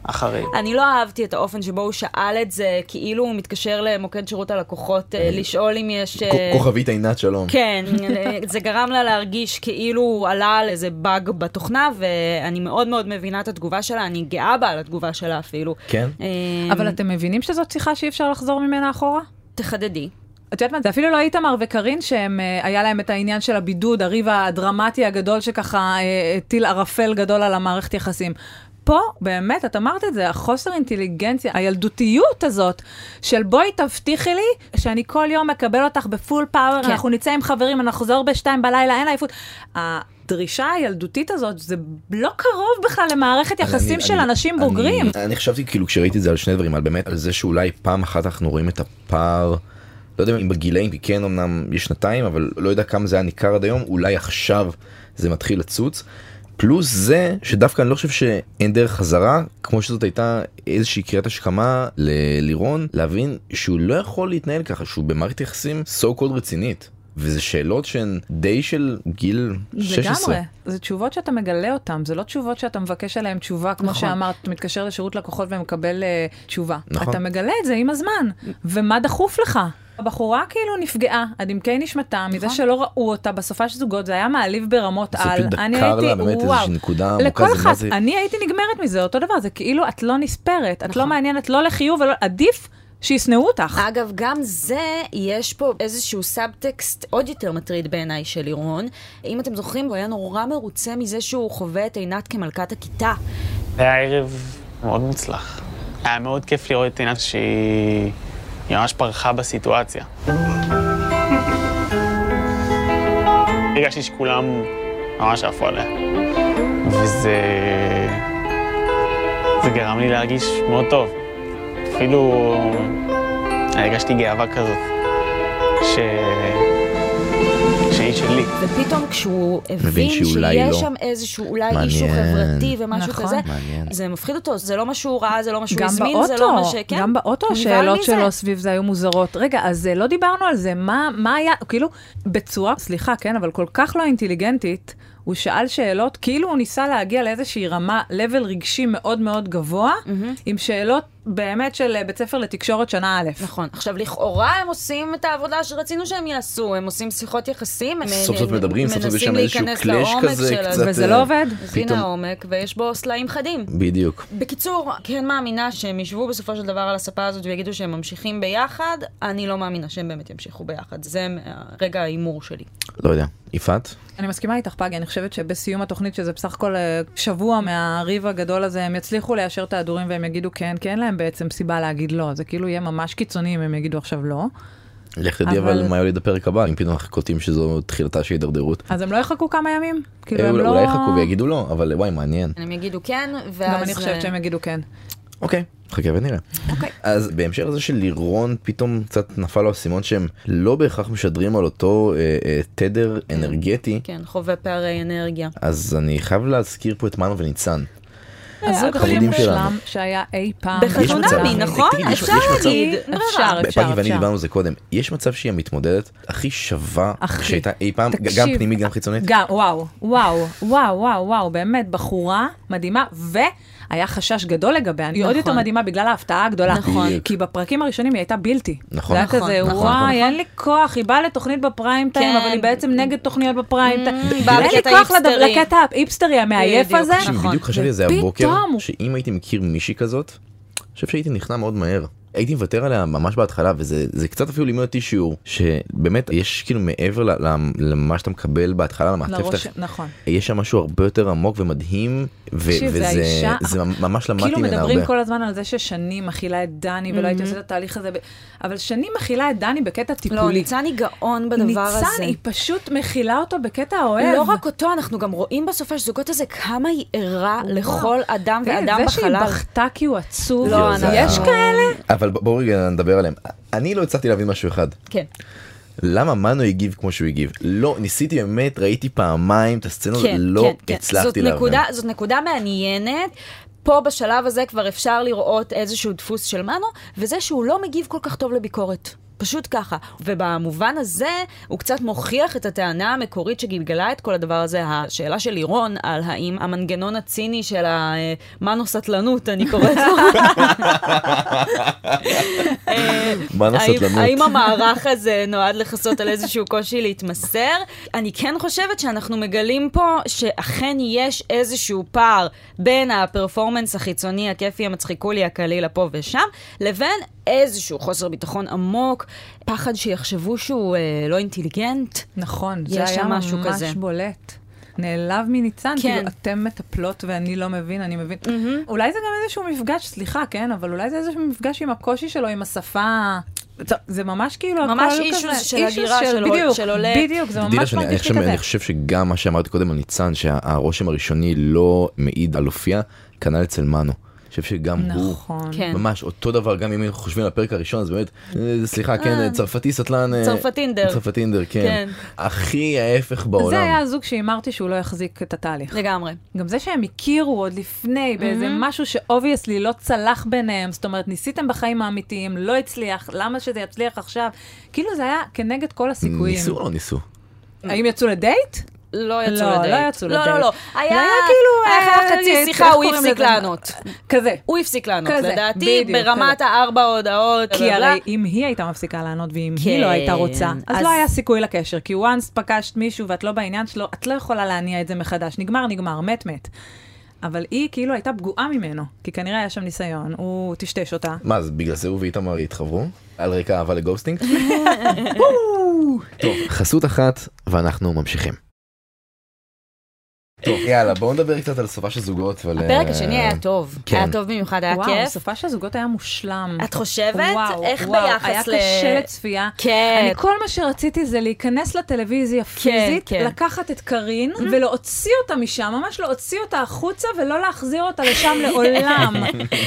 S5: אחרי.
S3: אני לא אהבתי את האופן שבו הוא שאל את זה, כאילו הוא מתקשר למוקד שירות הלקוחות אה, לשאול אם יש... אה,
S1: כ- כוכבית עינת שלום.
S3: כן, אה, זה גרם לה להרגיש כאילו הוא עלה על איזה באג בתוכנה, ואני מאוד מאוד מבינה את התגובה שלה, אני גאה בה על התגובה שלה אפילו.
S1: כן?
S3: אה,
S4: אבל אתם מבינים שזאת שיחה שאי אפשר לחזור ממנה אחורה?
S3: תחדדי.
S4: את יודעת מה, זה אפילו לא איתמר וקארין, שהם, אה, היה להם את העניין של הבידוד, הריב הדרמטי הגדול שככה אה, הטיל ערפל גדול על המערכת יחסים. פה, באמת, את אמרת את זה, החוסר אינטליגנציה, הילדותיות הזאת, של בואי תבטיחי לי שאני כל יום אקבל אותך בפול פאוור,
S3: כן.
S4: כן. אנחנו נצא עם חברים, אנחנו נחזור בשתיים בלילה, אין עייפות. הדרישה הילדותית הזאת, זה לא קרוב בכלל למערכת יחסים
S1: אני-
S4: של
S1: אני-
S4: אנשים
S1: אני-
S4: בוגרים.
S1: אני חשבתי כאילו כשראיתי את זה על שני דברים, על באמת, על זה שאולי פעם אחת אנחנו רואים את הפער, לא יודע אם בגילאים, כי כן אמנם יש שנתיים, אבל לא יודע כמה זה היה ניכר עד היום, אולי עכשיו זה מתחיל לצוץ. פלוס זה שדווקא אני לא חושב שאין דרך חזרה, כמו שזאת הייתה איזושהי קריאת השכמה ללירון, להבין שהוא לא יכול להתנהל ככה, שהוא במערכת יחסים so called רצינית. וזה שאלות שהן די של גיל 16.
S4: לגמרי, זה תשובות שאתה מגלה אותן, זה לא תשובות שאתה מבקש עליהן תשובה, כמו
S3: נכון.
S4: שאמרת, אתה מתקשר לשירות לקוחות ומקבל אה, תשובה.
S1: נכון.
S4: אתה מגלה את זה עם הזמן, ומה דחוף לך? הבחורה כאילו נפגעה, עד עמקי נשמתה, מזה שלא ראו אותה בסופה של זוגות, זה היה מעליב ברמות
S1: נכון. זה
S4: על.
S1: פשוט דקר
S4: אני
S1: לה
S4: הייתי,
S1: באמת איזושהי
S4: וואו.
S1: נקודה עמוקה,
S4: לכל
S1: זה מה
S4: אחד,
S1: זה-
S4: אני הייתי נגמרת מזה, אותו דבר, זה כאילו את לא נספרת, את לא
S1: נכון.
S4: מעניינת לא לחיוב ולא, עדיף שישנאו אותך.
S3: אגב, גם זה, יש פה איזשהו סאבטקסט עוד יותר מטריד בעיניי של לירון. אם אתם זוכרים, הוא היה נורא מרוצה מזה שהוא חווה את עינת כמלכת הכיתה.
S5: זה היה ערב מאוד מוצלח. היה מאוד כיף לראות את עינת שהיא היא ממש פרחה בסיטואציה. הרגשתי שכולם ממש עפו עליה. וזה... זה גרם לי להרגיש מאוד טוב. אפילו הרגשתי גאווה כזאת, ש... שהיא שלי.
S3: ופתאום כשהוא
S1: מבין
S3: הבין
S1: שאולי
S3: שיש
S1: לא.
S3: שם איזשהו אולי
S1: מעניין.
S3: אישו חברתי ומשהו
S4: נכון.
S3: כזה,
S1: מעניין.
S3: זה מפחיד אותו, זה לא מה שהוא ראה, זה לא מה שהוא
S4: גם
S3: הזמין,
S4: באוטו,
S3: זה לא מה ש... כן,
S4: גם באוטו
S3: הוא נבהל
S4: השאלות
S3: מזה.
S4: שלו סביב זה היו מוזרות. רגע, אז אה, לא דיברנו על זה, מה, מה היה, כאילו, בצורה, סליחה, כן, אבל כל כך לא אינטליגנטית, הוא שאל שאלות, כאילו הוא ניסה להגיע לאיזושהי רמה, לבל רגשי מאוד מאוד גבוה, עם שאלות באמת של אה, בית ספר לתקשורת שנה א'.
S3: נכון. עכשיו, לכאורה הם עושים את העבודה שרצינו שהם יעשו, הם עושים שיחות יחסים, הם
S1: סוף סוף
S3: הם
S1: מדברים, סוף סוף יש
S3: מנסים
S1: שם איזשהו
S3: להיכנס
S1: קלאש
S3: לעומק
S1: כזה,
S3: של
S1: קצת...
S3: הזה.
S4: וזה
S1: אה,
S4: לא עובד.
S3: אז הנה העומק, ויש בו סלעים חדים.
S1: בדיוק.
S3: בקיצור, כן מאמינה שהם ישבו בסופו של דבר על הספה הזאת ויגידו שהם ממשיכים ביחד, אני לא מאמינה שהם באמת ימשיכו ביחד. זה רגע ההימור שלי.
S1: לא יודע. יפעת?
S4: אני מסכימה איתך, פגי, אני חושבת שבסיום התוכנית, שזה בסך הכל אה, שבוע מהריב הגדול הזה, הם יצליחו ליישר את ההדורים והם יגידו כן, כי אין להם בעצם סיבה להגיד לא. זה כאילו יהיה ממש קיצוני אם הם יגידו עכשיו לא.
S1: לך תדעי
S4: אבל-
S1: אבל מה יוליד הפרק הבא, אם פתאום אנחנו קוטעים שזו תחילתה של הידרדרות.
S4: אז הם לא יחכו כמה ימים? כאילו
S1: אה,
S4: הם
S1: אולי
S4: לא...
S1: אולי יחכו ויגידו לא, אבל וואי מעניין.
S3: הם יגידו כן, ואז...
S4: גם אני חושבת שהם יגידו כן.
S1: אוקיי. חכה ונראה.
S3: אוקיי.
S1: אז בהמשך לזה שלירון פתאום קצת נפל לו האסימון שהם לא בהכרח משדרים על אותו אה, אה, תדר אנרגטי,
S3: כן, חווה פערי אנרגיה.
S1: אז אני חייב להזכיר פה את מנו וניצן.
S4: אז
S3: אה,
S4: עוד
S1: החמודים
S4: חלום
S1: שלנו.
S4: מושלם שהיה אי פעם.
S1: בחתונמי, יש מצב.
S3: בחתונמי, נכון?
S1: תראי, יש-
S3: אפשר
S1: יש מצב-
S3: להגיד, אין
S4: אפשר,
S3: ברירה.
S1: פגי ואני
S4: אפשר.
S1: דיברנו על זה קודם, יש מצב שהיא המתמודדת הכי שווה
S4: הכי.
S1: שהייתה אי פעם,
S4: תקשיב.
S1: גם פנימית גם חיצונית?
S4: גם, וואו, וואו, וואו, וואו, וואו, באמת, בחורה מדהימה, והיה חשש גדול לגביה. היא עוד
S3: נכון.
S4: יותר מדהימה בגלל ההפתעה הגדולה.
S3: נכון.
S1: בדיוק.
S4: כי בפרקים הראשונים היא הייתה בלתי.
S1: נכון.
S4: זה היה
S1: נכון,
S4: כזה,
S1: נכון, נכון.
S4: וואי, אין לי כוח, היא באה לתוכנית בפריים טיים,
S3: כן.
S4: אבל היא בעצם נגד תוכניות בפריים טיים.
S3: באה
S4: אין לי
S3: בקטע
S4: כוח לדבר-
S3: היפסטרי.
S4: לקטע האיפסטרי המעייף
S3: בדיוק,
S4: הזה.
S1: תקשיב,
S3: נכון.
S1: בדיוק חשבתי על זה הבוקר,
S4: ופתאום-
S1: שאם הייתי מכיר מישהי כזאת, אני חושב שהייתי נכנע מאוד מהר. הייתי מוותר עליה ממש בהתחלה וזה זה קצת אפילו לימד אותי שיעור שבאמת יש כאילו מעבר ל- ל- למה שאתה מקבל בהתחלה
S4: לראש,
S1: למעטפת
S4: נכון.
S1: יש שם משהו הרבה יותר עמוק ומדהים ו-
S4: תקשיב, זה
S1: וזה
S4: האישה-
S1: זה ממש למדתי
S4: כאילו
S1: ממנה
S4: מדברים
S1: הרבה.
S4: כל הזמן על זה ששני מכילה את דני, ולא הייתי עושה את התהליך הזה, ב- אבל שני מכילה את דני בקטע
S3: Mm-hmm. לא,
S4: טיפולי.
S3: ניצן היא גאון בדבר הזה.
S4: ניצן, היא פשוט מכילה אותו בקטע אוהב.
S3: לא רק אותו, אנחנו גם רואים בסופי זוגות הזה כמה היא ערה לכל אדם
S4: תראי,
S3: ואדם
S4: זה שהיא
S3: בחלל.
S4: בכתה כי הוא עצוב,
S1: לא, זה היה-
S4: יש כאלה?
S1: אבל ב- בואו רגע נדבר עליהם. אני לא הצלחתי להבין משהו אחד.
S3: כן.
S1: למה מנו הגיב כמו שהוא הגיב? לא, ניסיתי באמת, ראיתי פעמיים את הסצנה הזאת,
S3: כן,
S1: לא
S3: כן,
S1: הצלחתי
S3: זאת
S1: להבין.
S3: נקודה, זאת נקודה מעניינת. פה בשלב הזה כבר אפשר לראות איזשהו דפוס של מנו, וזה שהוא לא מגיב כל כך טוב לביקורת. פשוט ככה. ובמובן הזה, הוא קצת מוכיח את הטענה המקורית שגלגלה את כל הדבר הזה, השאלה של לירון על האם המנגנון הציני של המנו-סטלנות, אני קוראת
S1: (laughs)
S3: לו, אה,
S1: מנו
S3: האם-
S1: סטלנות.
S3: האם המערך הזה נועד לכסות על איזשהו קושי להתמסר? אני כן חושבת שאנחנו מגלים פה שאכן יש איזשהו פער בין הפרפורמנס החיצוני, הכיפי, המצחיקולי, הקלילה פה ושם, לבין איזשהו חוסר ביטחון עמוק, פחד שיחשבו שהוא אה, לא אינטליגנט.
S4: נכון,
S3: יש
S4: זה היה
S3: שם משהו
S4: ממש
S3: כזה.
S4: בולט. נעלב מניצן,
S3: כן.
S4: כאילו, אתם מטפלות ואני לא מבין, אני מבין. אולי זה גם איזשהו מפגש, סליחה, כן, אבל אולי זה איזשהו מפגש עם הקושי שלו, עם השפה. טוב, זה ממש כאילו הכל כזה.
S3: ממש issues של
S4: issues
S3: הגירה, של עול-
S4: בדיוק,
S3: של עולה.
S4: בדיוק, זה
S1: תדעי לך
S4: ממש
S1: שאני- אני
S4: מרגיש לי
S1: חושב-
S4: כזה.
S1: אני חושב שגם מה שאמרתי קודם על ניצן, שהרושם הראשוני לא מעיד על אופייה, כנ"ל אצל מנו. אני חושב שגם הוא,
S4: נכון.
S3: כן.
S1: ממש אותו דבר, גם אם אנחנו חושבים על הפרק הראשון, אז באמת, אה, סליחה, כן, אה, צרפתי סטלן. אה,
S3: צרפטינדר.
S1: צרפטינדר, כן.
S3: כן.
S1: הכי ההפך בעולם.
S4: זה היה הזוג שהימרתי שהוא לא יחזיק את התהליך.
S3: לגמרי.
S4: גם זה שהם הכירו עוד לפני באיזה
S3: Mm-hmm.
S4: משהו שאובייסלי לא צלח ביניהם, זאת אומרת, ניסיתם בחיים האמיתיים, לא הצליח, למה שזה יצליח עכשיו? כאילו זה היה כנגד כל הסיכויים.
S1: ניסו או לא ניסו?
S4: האם יצאו לדייט?
S3: לא יצאו
S4: לא,
S3: לדייט.
S4: לא יצאו לדייט.
S3: לא, לא, לא. היה,
S4: זה היה כאילו,
S3: היה
S4: אה,
S3: חצי
S4: איך
S3: שיחה, הוא
S4: קוראים
S3: הפסיק
S4: לזה?
S3: לענות.
S4: כזה.
S3: הוא הפסיק לענות,
S4: כזה,
S3: לדעתי,
S4: בדיוק,
S3: ברמת
S4: כזה.
S3: הארבע הודעות. בלה,
S4: כי
S3: בלה, בלה.
S4: הרי אם היא הייתה מפסיקה לענות ואם היא
S3: כן,
S4: לא הייתה רוצה, אז
S3: אז-
S4: לא היה סיכוי לקשר. כי once פגשת מישהו ואת לא בעניין שלו, את לא יכולה להניע את זה מחדש. נגמר, נגמר, מת, מת. אבל היא כאילו הייתה פגועה ממנו, כי כנראה היה שם ניסיון, הוא טשטש אותה.
S1: מה, אז בגלל זה הוא ואיתמר התחברו? על רקע אהבה
S3: (laughs)
S1: לגוסטינג? טוב, חסות אחת, ואנחנו ממשיכים. טוב, יאללה, בואו נדבר קצת על סופה של זוגות ועל...
S3: הפרק
S1: אה,
S3: השני היה טוב.
S1: כן.
S3: היה טוב במיוחד, היה
S4: וואו,
S3: כיף.
S4: סופה של הזוגות היה מושלם.
S3: את חושבת?
S4: וואו,
S3: איך
S4: וואו,
S3: ביחס ל...
S4: היה קשה לצפייה.
S3: כן.
S4: אני כל מה שרציתי זה להיכנס לטלוויזיה פיזית,
S3: כן. Mm-hmm.
S4: לקחת את קארין ולהוציא אותה משם, ממש להוציא אותה החוצה ולא להחזיר אותה לשם
S3: (laughs)
S4: לעולם.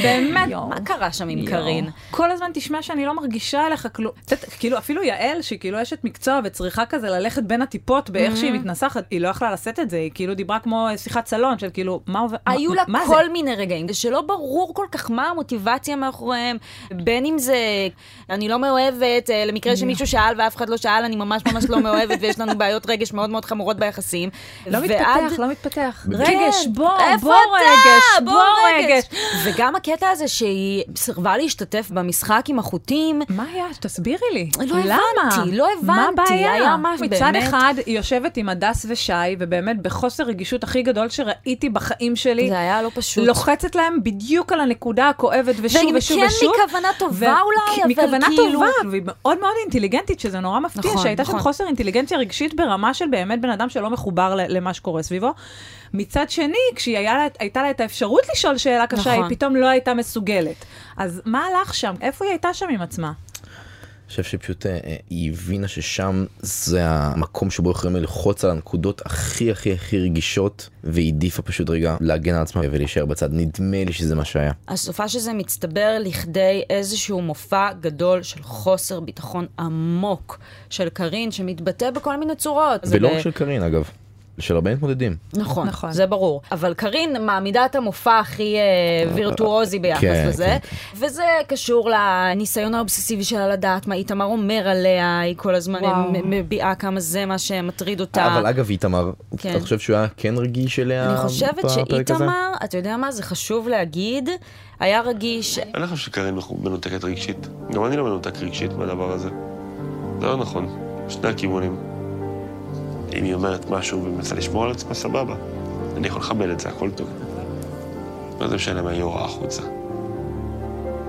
S4: באמת.
S3: מה קרה שם עם קארין?
S4: כל הזמן תשמע שאני לא מרגישה אליך כלום. את יודעת, כאילו אפילו יעל, שהיא כאילו אשת מקצוע וצריכה כזה ללכת בין הטיפות באיך
S3: Mm-hmm.
S4: שהיא מתנסחת, היא לא יכלה לשאת את זה, היא כאילו דיברה כמו שיחת סלון של כאילו, מה עובר? מה-
S3: היו לה
S4: מה זה?
S3: כל מיני רגעים, שלא ברור כל כך מה המוטיבציה מאחוריהם, בין אם זה, אני לא מאוהבת, אה, למקרה שמישהו שאל ואף אחד לא שאל, אני ממש ממש לא מאוהבת, ויש לנו בעיות רגש מאוד מאוד חמורות ביחסים.
S4: לא
S3: ועד-
S4: מתפתח, לא מתפתח. רגש,
S3: כן,
S4: בוא,
S3: איפה
S4: בוא
S3: אתה?
S4: רגש, בוא רגש.
S3: וגם הקטע הזה שהיא סירבה להשתתף במשחק עם החוטים,
S4: מה היה? תסבירי לי.
S3: לא
S4: למה?
S3: הבנתי, לא
S4: מה
S3: הבנתי,
S4: הבעיה?
S3: היה משהו,
S4: מצד
S3: באמת.
S4: אחד, היא יושבת עם הדס ושי, ובאמת בחוסר רגישות הכי גדול שראיתי בחיים שלי.
S3: זה היה לא פשוט.
S4: לוחצת להם בדיוק על הנקודה הכואבת ושוב
S3: וגם
S4: ושוב
S3: כן
S4: ושוב.
S3: מכוונה טובה אולי, אבל
S4: מכוונה
S3: כאילו-
S4: טובה, והיא מאוד מאוד אינטליגנטית, שזה נורא מפתיע,
S3: נכון,
S4: שהייתה
S3: נכון.
S4: שם חוסר אינטליגנציה רגשית ברמה של באמת בן אדם שלא מחובר ל- למה שקורה סביבו. מצד שני, כשהייתה לה, הייתה לה את האפשרות לשאול שאלה קשה,
S3: נכון.
S4: היא פתאום לא הייתה מסוגלת. אז מה הלך שם? איפה היא הייתה שם עם עצמה?
S1: חושב שפשוט אה, אה, היא הבינה ששם זה המקום שבו יכולים ללחוץ על הנקודות הכי הכי הכי רגישות, והיא העדיפה פשוט רגע להגן על עצמה ולהישאר בצד. נדמה לי שזה מה שהיה.
S3: אז סופה שזה מצטבר לכדי איזשהו מופע גדול של חוסר ביטחון עמוק של קארין, שמתבטא בכל מיני צורות. זה
S1: ולא
S3: ב-
S1: לא רק של קארין אגב, של הרבה מתמודדים.
S3: נכון,
S4: נכון.
S3: נכון, זה ברור. אבל קארין מעמידה את המופע הכי אה, וירטואוזי ביחס
S1: כן,
S3: לזה,
S1: כן,
S3: וזה קשור לניסיון האובססיבי שלה לדעת מה איתמר אומר עליה, היא כל הזמן
S4: וואו.
S3: מ- מביעה כמה זה מה שמטריד אותה.
S1: אבל אגב איתמר,
S3: כן.
S1: אתה חושב שהוא היה כן רגיש אליה
S3: אני חושבת
S1: בפרק הזה?
S3: שאיתמר, אתה יודע מה, זה חשוב להגיד, היה רגיש,
S6: אני לא חושב שקארין מנותקת רגשית. גם אני לא מנותק רגשית מהדבר הזה. זה לא נכון. שני הכיוונים. אם היא אומרת משהו ומנסה לשמור על עצמה, סבבה. אני יכול לכבד את זה, הכל טוב. מה זה משנה מה היא רואה החוצה?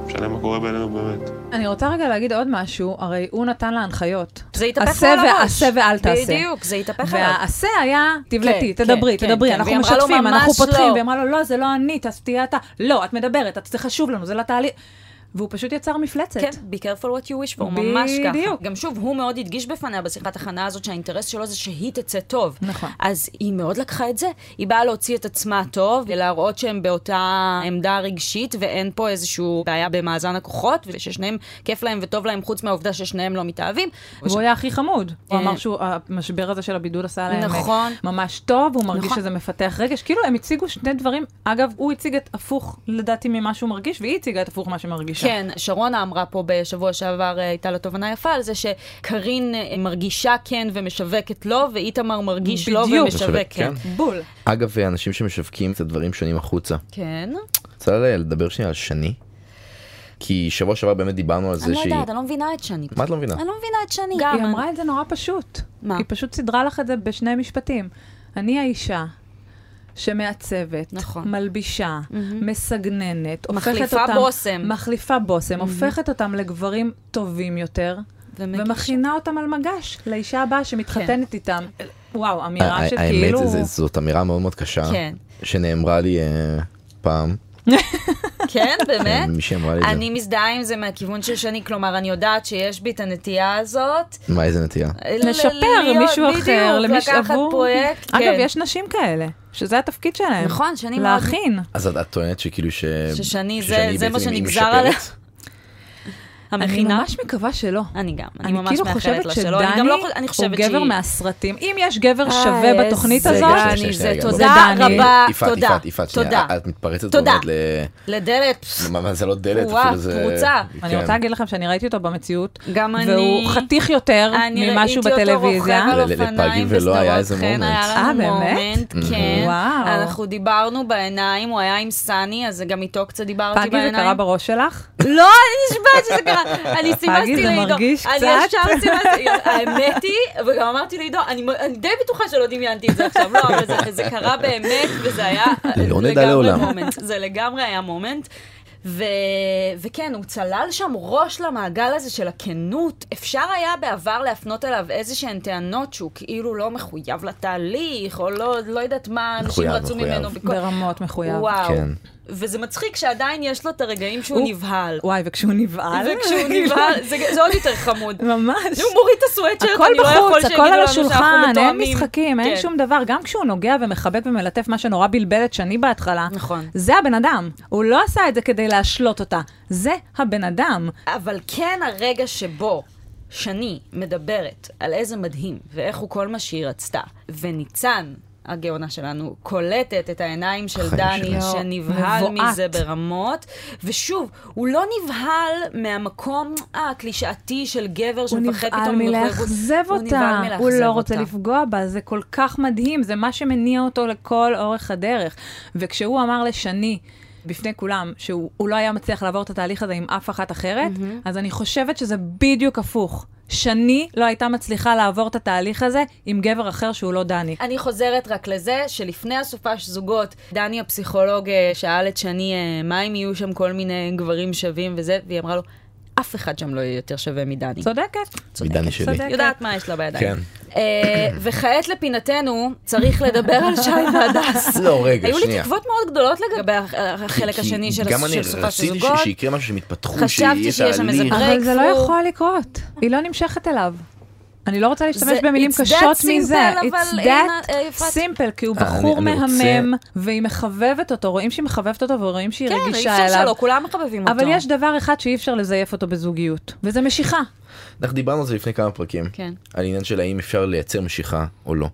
S6: משנה מה קורה בינינו באמת.
S4: אני רוצה רגע להגיד עוד משהו, הרי הוא נתן לה הנחיות.
S3: זה התהפך
S4: עשה
S3: לו על הראש.
S4: ועשה ואל תעשה.
S3: בדיוק, זה התהפך עליו.
S4: והעשה היה, תבלטי,
S3: כן,
S4: תדברי,
S3: כן,
S4: תדברי,
S3: כן,
S4: אנחנו
S3: והיא אמרה לו,
S4: משתפים, אנחנו
S3: "ממש
S4: פותחים,
S3: לא".
S4: והיא אמרה לו, לא, זה לא אני, תעשי אתה, לא, את מדברת, את- זה חשוב לנו, זה לתהליך. והוא פשוט יצר מפלצת.
S3: כן, be careful what you wish for, ממש ככה.
S4: בדיוק.
S3: גם שוב, הוא מאוד הדגיש בפניה בשיחת הכנה הזאת שהאינטרס שלו זה שהיא תצא טוב.
S4: נכון.
S3: אז היא מאוד לקחה את זה, היא באה להוציא את עצמה טוב, ולהראות שהם באותה עמדה רגשית, ואין פה איזושהי בעיה במאזן הכוחות, וששניהם כיף להם וטוב להם, חוץ מהעובדה ששניהם לא מתאהבים. וש-
S4: והוא היה הכי חמוד. הוא
S3: אה.
S4: אמר שהמשבר הזה של הבידוד עשה להם
S3: נכון.
S4: אה, ממש טוב, הוא מרגיש
S3: נכון.
S4: שזה מפתח רגש. כאילו, הם הציגו שני דברים. אגב, הוא הציג את הפוך, לדעתי, ממה שהוא מרגיש, והיא הציגה את הפוך ממה שהיא מרגישה.
S3: כן, שרונה אמרה פה בשבוע שעבר, אה, הייתה לה תובנה יפה על זה שקרין אה, מרגישה כן ומשווקת לא, ואיתמר מרגיש לא
S4: בדיוק.
S3: ומשווק כן.
S4: בול.
S1: אגב, אנשים שמשווקים את הדברים שונים החוצה.
S3: כן.
S1: רוצה ל- לדבר שנייה על שני? כי שבוע שעבר באמת דיברנו על
S3: אני
S1: זה
S3: לא
S1: שהיא...
S3: יודעת, אני לא מבינה את שני.
S1: מה את לא מבינה?
S3: אני לא מבינה את שני. גם.
S4: היא אמרה את זה נורא פשוט.
S3: מה?
S4: היא פשוט סידרה לך את זה בשני משפטים. אני האישה. שמעצבת,
S3: נכון.
S4: מלבישה, מסגננת, הופכת
S3: מחליפה
S4: אותם,
S3: בושם.
S4: מחליפה בושם, הופכת אותם לגברים טובים יותר,
S3: ומגישה.
S4: ומכינה אותם על מגש לאישה הבאה
S3: כן.
S4: שמתחתנת איתם. וואו, אמירה כאילו
S1: ה- ה-
S4: שכאילו...
S1: האמת, זה- זאת אמירה מאוד מאוד קשה,
S3: כן.
S1: שנאמרה לי אה, פעם,
S3: כן, באמת?
S1: מי שאמרה לי את
S3: אני מזדהה עם זה מהכיוון של שני, כלומר, אני יודעת שיש בי את הנטייה הזאת.
S1: זה. מה איזה נטייה?
S3: ל-
S4: לשפר
S3: להיות-
S4: מישהו אחר,
S3: בדיוק,
S4: למישהו
S3: לקחת
S4: עבור...
S3: פרויקט,
S4: אגב,
S3: כן.
S4: יש נשים כאלה, שזה התפקיד שלהם.
S3: נכון, שאני מאוד-
S4: להכין.
S1: אז את, את טוענת שכאילו ש...
S3: ששני, זה-
S1: ששני
S3: זה מה
S1: בעצם היא
S3: שנגזר
S1: משפרת?
S3: עליה.
S4: אני
S3: המכינה.
S4: ממש מקווה שלא.
S3: אני גם, אני
S4: אני
S3: ממש
S4: כאילו
S3: מאחלת
S4: חושבת
S3: לה שלא. אני
S4: שדני
S3: גם לא חושבת, אני
S4: הוא
S3: חושבת שהיא... אה,
S4: גבר מהסרטים. אם יש גבר שווה
S3: איזה
S4: בתוכנית
S1: רגע,
S4: הזאת,
S1: שנייה,
S3: דני,
S1: שנייה,
S3: זה
S1: שנייה, רגע,
S3: תודה
S4: בוא.
S3: רבה,
S1: אה, יפעת,
S3: תודה,
S1: יפעת, יפעת, שנייה,
S3: תודה.
S1: את מתפרצת
S3: תודה.
S1: באמת ל...
S3: לדלת,
S1: מה- מה זה לא דלת
S3: וואו,
S1: אפילו, זה...
S3: פרוצה.
S4: אני
S1: כן.
S4: רוצה להגיד לכם שאני ראיתי אותו במציאות,
S3: גם אני...
S4: והוא חתיך יותר
S3: אני
S4: ממשהו
S3: ראיתי אותו
S4: בטלוויזיה.
S3: רוכב על
S1: ל- לפגים
S3: אופניים
S1: ולא היה איזה
S3: בשדרות חן,
S1: מומנט. Mhm.
S3: היה לנו מומנט,
S4: אה, באמת?
S3: כן.
S4: וואו.
S3: אנחנו דיברנו בעיניים, הוא היה עם סאני, אז גם איתו קצת דיברתי
S4: פגי זה
S3: בעיניים.
S4: קרה בראש
S3: (laughs)
S4: שלך?
S3: לא, אני נשבעת שזה קרה. אני סימסתי
S4: זה
S3: לעידו.
S4: מרגיש
S3: אני
S4: קצת?
S3: ישר סימסתי, האמת היא, וגם אמרתי לעידו, אני אני די בטוחה שלא דמיינתי את זה עכשיו, לא, אבל זה- זה קרה באמת, וזה היה
S1: לא נדע
S3: לגמרי
S1: לעולם.
S3: מומנט. זה לגמרי היה מומנט. ו... וכן, הוא צלל שם ראש למעגל הזה של הכנות. אפשר היה בעבר להפנות אליו איזה שהן טענות שהוא כאילו לא מחויב לתהליך, או לא, לא יודעת מה אנשים
S1: מחויב,
S3: רצו
S1: מחויב.
S3: ממנו. בכל-
S4: ברמות מחויב.
S3: וואו.
S1: כן.
S3: וזה מצחיק שעדיין יש לו את הרגעים שהוא
S4: הוא-
S3: נבהל.
S4: וואי, וכשהוא נבהל. (laughs) לא-
S3: וכשהוא נבהל, זה זה עוד יותר חמוד.
S4: ממש.
S3: הוא מוריד את הסוואטשרט,
S4: הכל
S3: אני לא יכול
S4: בחוץ,
S3: שיגידו
S4: הכל על
S3: לנו שאנחנו
S4: השולחן, אין
S3: מתואמים.
S4: משחקים, אין
S3: כן.
S4: שום דבר. גם כשהוא נוגע ומחבק ומלטף מה שנורא בלבל את שני בהתחלה,
S3: נכון.
S4: זה הבן אדם. הוא לא עשה את זה כדי להשלות אותה, זה הבן אדם.
S3: אבל כן הרגע שבו שני מדברת על איזה מדהים ואיך הוא כל מה שהיא רצתה, וניצן, הגאונה שלנו, קולטת את העיניים של
S1: החיים
S3: דני
S4: שלו.
S3: שנבהל
S4: מבועת.
S3: מזה ברמות, ושוב, הוא לא נבהל מהמקום הקלישאתי של גבר
S4: הוא
S3: שמפחד
S4: נבהל
S3: פתאום ממחויבות.
S4: מלאכזב
S3: הוא נבהל
S4: אותה, הוא
S3: מלאכזב
S4: לא רוצה
S3: אותה.
S4: לפגוע בה, זה כל כך מדהים, זה מה שמניע אותו לכל אורך הדרך. וכשהוא אמר לשני, בפני כולם, שהוא הוא לא היה מצליח לעבור את התהליך הזה עם אף אחת אחרת, אז אני חושבת שזה בדיוק הפוך. שני לא הייתה מצליחה לעבור את התהליך הזה עם גבר אחר שהוא לא דני.
S3: אני חוזרת רק לזה שלפני הסופש זוגות, דני הפסיכולוג אה, שאל את שני אה, מה אם יהיו שם כל מיני גברים שווים וזה, והיא אמרה לו, אף אחד שם לא יהיה יותר שווה מדני.
S4: צודקת.
S1: מדני שלי.
S4: צודקת.
S3: יודעת מה יש לה בידיים.
S1: כן.
S3: אה, וכעת לפינתנו צריך לדבר על שי
S4: (laughs)
S3: והדס.
S1: לא, רגע,
S3: היו לי
S1: שנייה.
S3: תקוות מאוד גדולות לגבי הח- החלק
S1: כי
S3: השני של
S1: גם
S3: של
S1: אני
S3: סופה של
S1: רציתי ש-
S3: זוגות.
S1: שיקרה משהו שהם יתפתחו,
S3: חשבתי
S1: שיהיה
S3: שיש שם איזה
S1: תהליך.
S3: ברק.
S4: אבל זה לא
S3: breakthrough.
S4: יכול לקרות. היא לא נמשכת אליו. אני לא רוצה להשתמש
S3: זה-
S4: במילים
S3: it's that
S4: קשות
S3: simple,
S4: מזה.
S3: אבל
S4: It's
S3: אין-
S4: that
S3: אה, יפעת-
S4: simple, כי הוא
S1: אה, אני-
S4: בחור
S1: אני רוצה-
S4: מהמם, והיא מחבבת אותו, רואים שהיא מחבבת אותו ורואים שהיא
S3: כן, אי
S4: רגישה
S3: אפשר
S4: אליו.
S3: שלא, כולם מחבבים אותו.
S4: אבל יש דבר אחד שאי אפשר לזייף אותו בזוגיות, וזה משיכה.
S1: אנחנו דיברנו על זה לפני כמה פרקים,
S4: (laughs)
S3: כן. Mm-hmm.
S1: על עניין של האם אפשר לייצר משיכה או לא.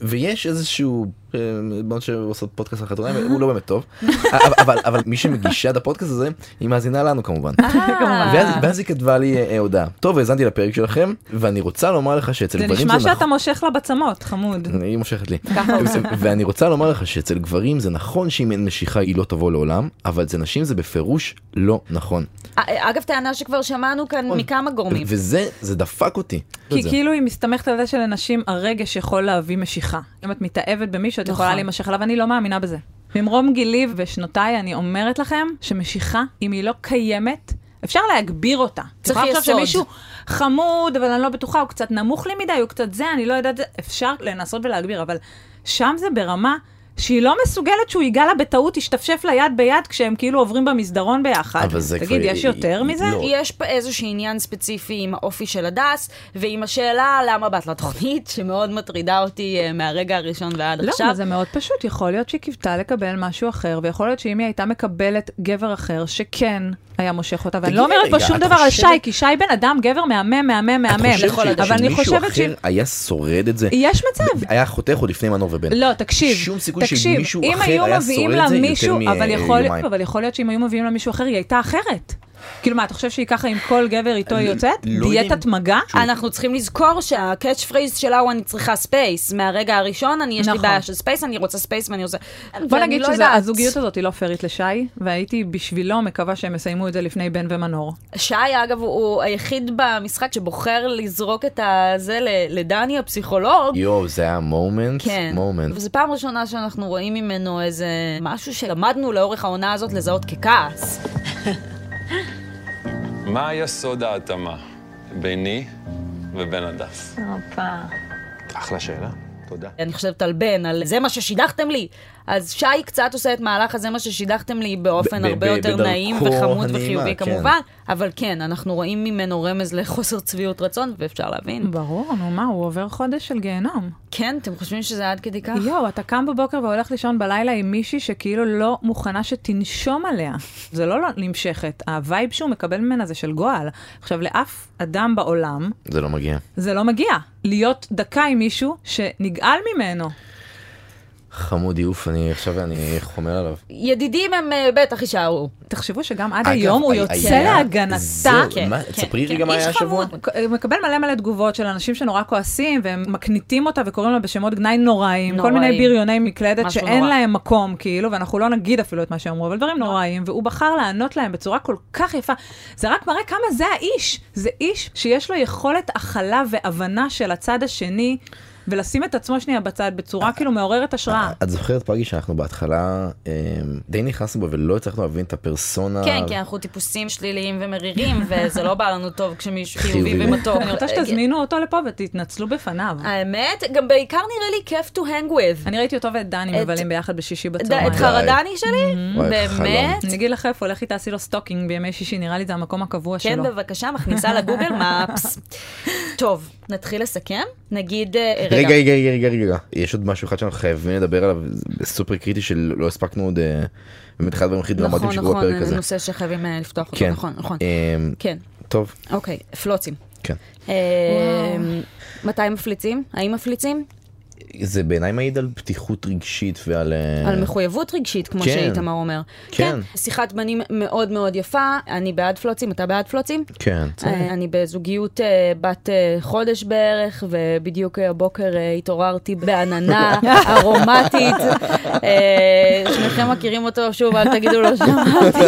S1: ויש איזשהו, אה, בנות שעושות פודקאסט על חתונה,
S3: Mm-hmm.
S1: הוא לא באמת
S3: (laughs)
S1: טוב, אבל- אבל- אבל מי שמגישה את הפודקאסט הזה, היא מאזינה לנו כמובן.
S3: אה,
S1: ואז, ואז היא כתבה לי אה, אה, הודעה, טוב האזנתי לפרק שלכם ואני רוצה לומר לך שאצל
S4: זה
S1: גברים זה
S4: נשמע
S1: נכון,
S4: שאתה מושך לה בצמות, חמוד.
S1: היא מושכת לי,
S3: ככה הוא אומר.
S1: ואני רוצה לומר לך שאצל גברים זה נכון שאם אין משיכה היא לא תבוא לעולם, אבל אצל נשים זה בפירוש לא נכון,
S3: אה, אגב, טענה שכבר שמענו כאן מכמה גורמים.
S1: וזה זה דפק אותי.
S4: כי
S1: זה.
S4: כאילו היא מסתמכת על זה שלנשים הרגש יכול להביא משיכה. אם את מתאהבת במישהו, את יכולה
S3: נכון.
S4: להימשך אליו, אני לא מאמינה בזה. ממרום גילי ושנותיי אני אומרת לכם שמשיכה, אם היא לא קיימת, אפשר להגביר אותה.
S3: צריך
S4: את יכולה לחשוב
S3: יסוד.
S4: שמישהו חמוד, אבל אני לא בטוחה, הוא קצת נמוך לי מדי, הוא קצת זה, אני לא יודעת, זה. אפשר לנסות ולהגביר, אבל שם זה ברמה שהיא לא מסוגלת שהוא ייגע לה בטעות, ישתפשף לה יד ביד כשהם כאילו עוברים במסדרון ביחד.
S1: אבל זה
S4: תגיד,
S1: כבר-
S4: יש יותר מזה?
S1: לא.
S3: יש פה איזשהו עניין ספציפי עם האופי של הדס, ועם השאלה למה באת לתוכנית, שמאוד מטרידה אותי אה, מהרגע הראשון ועד
S4: לא,
S3: עכשיו.
S4: זה מאוד פשוט, יכול להיות שהיא קיוותה לקבל משהו אחר, ויכול להיות שאם היא הייתה מקבלת גבר אחר שכן היה מושך אותה, ואני
S1: תגידי
S4: לא אומרת פה
S1: רגע,
S4: שום
S1: את
S4: דבר על
S1: חושבת-
S4: שי, כי שי בן אדם גבר מהמם, מהמם,
S1: את
S4: מהמם, נכון,
S1: חושבת ש-
S4: אבל אני
S1: שמישהו
S4: חושבת ש...
S1: אחר היה שורד את זה?
S4: יש מצב.
S1: היה חותך עוד לפני מנור ובן.
S4: לא, תקשיב,
S1: שום סיכוי
S4: תקשיב,
S1: שמישהו
S4: אם
S1: אחר
S4: היו
S1: היה
S4: מביאים
S1: שורד
S4: לה
S1: את זה יותר
S4: מישהו,
S1: מ-
S4: אבל יכול- לא,
S1: יומיים.
S4: אבל יכול להיות שאם היו מביאים לה מישהו אחר, היא הייתה אחרת. כאילו מה, אתה חושב שהיא ככה עם כל גבר איתו היא יוצאת?
S1: לא יודעים.
S4: דיאטת מגע?
S3: אנחנו צריכים לזכור שהקאץ' פרייז שלה הוא אני צריכה ספייס. מהרגע הראשון, אני יש לי
S4: נכון.
S3: בעיה של ספייס, אני רוצה ספייס ואני עושה...
S4: בוא
S3: ואני
S4: נגיד
S3: לא יודעת.
S4: שהזוגיות הזאת היא לא פיירית לשי, והייתי בשבילו מקווה שהם יסיימו את זה לפני בן ומנור.
S3: שי, אגב, הוא היחיד במשחק שבוחר לזרוק את הזה ל- לדני הפסיכולוג.
S1: יואו, זה היה מומנט?
S3: כן.
S1: מומנט.
S3: וזו פעם ראשונה שאנחנו רואים ממנו איזה משהו שלמדנו לאורך העונה הזאת לזהות ככעס.
S7: מה יסוד ההתאמה ביני ובין הדס? אחלה שאלה, תודה.
S3: אני חושבת על בן, על זה מה ששידכתם לי. אז שי קצת עושה את מהלך הזה מה ששידכתם לי באופן
S1: ב-
S3: הרבה
S1: ב-
S3: יותר
S1: בדרכו
S3: נעים וחמוד
S1: הנעימה,
S3: וחיובי
S1: כן.
S3: כמובן, אבל כן, אנחנו רואים ממנו רמז לחוסר צביעות רצון, ואפשר להבין.
S4: ברור, נו מה, הוא עובר חודש של גיהנום.
S3: כן, אתם חושבים שזה עד כדי כך?
S4: יואו, אתה קם בבוקר והולך לישון בלילה עם מישהי שכאילו לא מוכנה שתנשום עליה. זה לא לא נמשכת, הווייב שהוא מקבל ממנה זה של גועל. עכשיו, לאף אדם בעולם
S1: זה לא מגיע.
S4: זה לא מגיע. להיות דקה עם מישהו שנגעל ממנו.
S1: חמודי אוף, אני עכשיו אני חומר עליו.
S3: ידידים הם אה, בטח יישארו.
S4: תחשבו שגם עד
S1: אגב,
S4: היום הוא
S1: היה-
S4: יוצא
S1: היה-
S4: להגנתה.
S1: זהו,
S3: כן,
S1: מה-
S3: כן,
S1: תספרי
S3: כן.
S1: רגע מה
S3: איש
S1: היה השבוע.
S3: חמוד.
S4: הוא מקבל מלא מלא תגובות של אנשים שנורא כועסים, והם מקניטים אותה וקוראים לה בשמות גנאי נוראים, כל
S3: נוראים.
S4: מיני בריוני מקלדת
S3: משהו
S4: שאין
S3: נורא.
S4: להם מקום, כאילו, ואנחנו לא נגיד אפילו את מה שהם אמרו, אבל דברים נוראים, והוא בחר לענות להם בצורה כל כך יפה. זה רק מראה כמה זה האיש. זה איש שיש לו יכולת הכלה והבנה של הצד השני, ולשים את עצמו שנייה בצד בצורה כאילו מעוררת השראה.
S1: את זוכרת פגי שאנחנו בהתחלה אמ, די נכנסנו בו ולא הצלחנו להבין את הפרסונה.
S3: כן, כי אנחנו טיפוסים שליליים ומרירים, וזה לא בא לנו טוב כשמישהו
S1: חיובי.
S3: חיובי ומתוק.
S4: אני רוצה שתזמינו אותו לפה ותתנצלו בפניו.
S3: אה, האמת, גם בעיקר נראה לי כיף to hang with.
S4: אני ראיתי אותו ואת דני
S3: את-
S4: מבלים ביחד בשישי
S3: ד-
S4: בצהריים.
S3: את חרדני שלי?
S1: וואי,
S3: באמת?
S4: אני אגיד לך איפה, לכי תעשי לו סטוקינג בימי שישי, נראה לי זה המקום הקבוע
S3: כן,
S4: שלו.
S3: בבקשה, מכניסה לגוגל מאפס. טוב, נתחיל לסכם? נגיד, אה,
S1: רגע
S3: רגע,
S1: רגע רגע רגע רגע יש עוד משהו אחד שאנחנו חייבים לדבר עליו זה סופר קריטי שלא הספקנו עוד אה, באמת אחד הדברים הכי דרמטיים
S3: נכון,
S1: שקרו
S3: נכון,
S1: בפרק הזה.
S3: זה נושא שחייבים אה, לפתוח אותו,
S1: כן.
S3: נכון, נכון.
S1: אמ,
S3: כן,
S1: טוב
S3: אוקיי, פלוצים.
S1: כן
S3: אה, מתי מפליצים? האם מפליצים?
S1: זה בעיניי מעיד על פתיחות רגשית ועל אה,
S3: על מחויבות רגשית, כמו
S1: כן.
S3: שאיתמר אומר.
S1: כן.
S3: שיחת בנים מאוד מאוד יפה, אני בעד פלוצים, אתה בעד פלוצים?
S1: כן
S3: אה, אני בזוגיות אה, בת אה, חודש בערך, ובדיוק אה, הבוקר אה, התעוררתי (laughs) בעננה ארומטית. אה, שניכם מכירים אותו, שוב, אל תגידו לו שמעתי.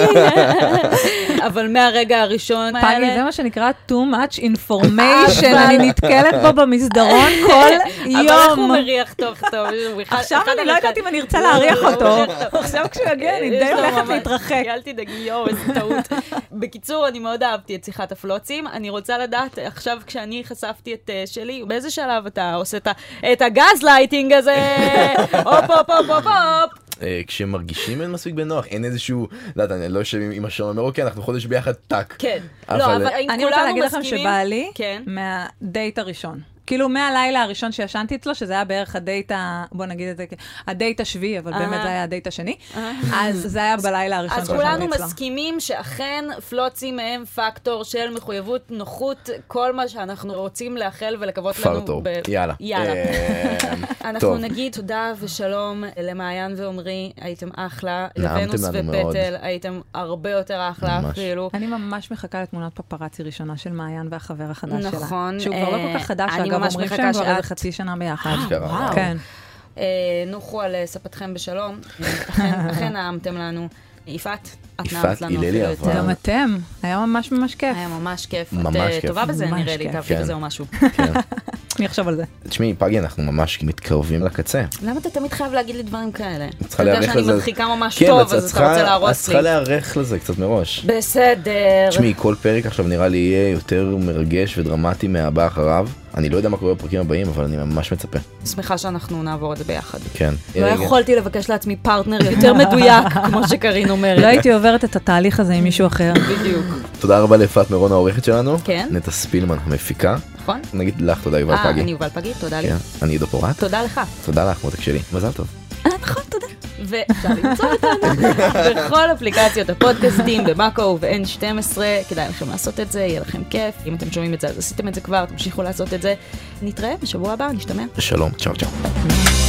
S3: (laughs) אבל מהרגע הראשון...
S4: פגי,
S3: האלה-
S4: זה מה
S3: (laughs)
S4: שנקרא too much information, אני נתקלת בו במסדרון כל
S3: אבל איך הוא
S4: יום.
S3: מריח טוב טוב. (laughs) הוא אחד-
S4: עכשיו
S3: אחד
S4: אני לא
S3: על אחד.
S4: יודעת אם אני ארצה להריח
S3: הוא
S4: אותו.
S3: מריח טוב.
S4: עכשיו כשהוא יגיע אני
S3: לא. אה, יש
S4: כן, די
S3: לו
S4: הולכת
S3: ממש-
S4: להתרחק.
S3: אל תדאגי, יואו, איזה טעות.
S4: (laughs)
S3: בקיצור, אני מאוד אהבתי את שיחת הפלוצים. אני רוצה לדעת, עכשיו כשאני חשפתי את אה, שלי, באיזה שלב אתה עושה את ה- את הגז לייטינג הזה? הופ,
S4: (laughs)
S3: הופ, הופ, הופ, הופ.
S1: אה, כשמרגישים אין מספיק בנוח, אין איזשהו, לא יודעת, אני לא יושב עם- עם השעון, אומר, אוקיי, אנחנו חודש ביחד, טאק.
S3: כן.
S1: אבל-
S3: לא, אבל אם
S4: אני רוצה
S3: כולנו
S4: להגיד לכם
S3: מסכימים...
S4: שבעלי,
S3: כן.
S4: מהדייט הראשון. כאילו מהלילה הראשון שישנתי אצלו, שזה היה בערך הדייט ה... בוא נגיד את זה, כ- הדייט השביעי, אבל
S3: אה.
S4: באמת זה היה הדייט השני. אז זה היה בלילה הראשון
S3: אז
S4: שישנתי אצלו.
S3: כולנו מסכימים שאכן פלוצים הם פקטור של מחויבות, נוחות, כל מה שאנחנו רוצים לאחל ולקוות לנו.
S1: פרטור,
S3: ב-
S1: יאללה.
S3: יאללה.
S4: אה,
S1: אמ,
S3: (laughs) אנחנו
S1: טוב.
S3: נגיד תודה ושלום למעיין ועומרי, הייתם אחלה.
S1: נעמתם
S3: לוונוס
S1: לנו מאוד.
S3: ופטל, הייתם הרבה יותר אחלה
S1: ממש.
S3: אפילו.
S4: אני ממש מחכה לתמונת פפראצי ראשונה של מעיין והחבר החדש שלה.
S3: נכון,
S4: שהוא כבר לא
S3: אה,
S4: כל כך חדש,
S3: אני
S4: אגב,
S3: ממש
S4: אומרים
S3: מחכה
S4: שהם כבר איזה
S3: שאת-
S4: חצי שנה ביחד.
S1: אשכרה, אה, וואו.
S4: כן.
S3: אה, נוחו על אה,
S1: (laughs)
S3: ספתכם בשלום, אכן- אכן נעמתם לנו. יפעת, את נעמת
S1: יפעת,
S3: לנו
S1: הלל
S3: אפילו
S1: יעברה.
S3: יותר.
S4: גם אתם, היה ממש ממש כיף.
S3: היה ממש כיף.
S1: ממש
S3: את, אה,
S1: כיף.
S3: טובה בזה
S4: ממש
S3: נראה לי,
S4: כיף.
S3: תעבדי
S1: כן.
S3: בזה או משהו.
S1: כן.
S4: אני אחשוב על זה.
S1: תשמעי, פגי, אנחנו ממש מתקרבים לקצה.
S3: (laughs) למה אתה תמיד חייב להגיד לי דברים כאלה?
S1: את צריכה להיערך לזה.
S3: אתה יודע שאני מדחיקה ממש
S1: כן,
S3: טוב,
S1: את
S3: אז אתה
S1: צריכה-
S3: רוצה
S1: את
S3: להרוס לי.
S1: צריכה להיערך לזה קצת מראש.
S3: בסדר. (laughs)
S1: תשמעי, כל פרק עכשיו נראה לי יהיה יותר מרגש ודרמטי מהבא אחריו. אני לא יודע מה קורה בפרקים הבאים, אבל אני ממש מצפה.
S3: שמחה שאנחנו נעבור את זה ביחד.
S1: כן.
S3: לא
S1: רגע.
S3: יכולתי לבקש לעצמי פרטנר יותר מדויק, (laughs) כמו שקרין
S4: לא
S3: אומרת.
S4: הייתי עוברת את התהליך הזה עם מישהו אחר.
S3: בדיוק.
S1: תודה רבה ליפעת מירון העורכת שלנו.
S3: כן.
S1: נטע ספילמן המפיקה.
S3: נכון?
S1: נגיד לך תודה יובל
S3: אה,
S1: פגי.
S3: אני יובל פגי, תודה לי.
S1: כן. אני עידו פורט.
S3: תודה לך.
S1: תודה לך, מותק שלי. מזל טוב.
S3: אה, נכון, תודה. ואפשר למצוא אותנו (laughs) בכל אפליקציות הפודקאסטים, במאקו וב-N12, כדאי לכם לעשות את זה, יהיה לכם כיף. אם אתם שומעים את זה, אז עשיתם את זה כבר, תמשיכו לעשות את זה. נתראה בשבוע הבא, נשתמע.
S1: שלום, צ'או צ'או.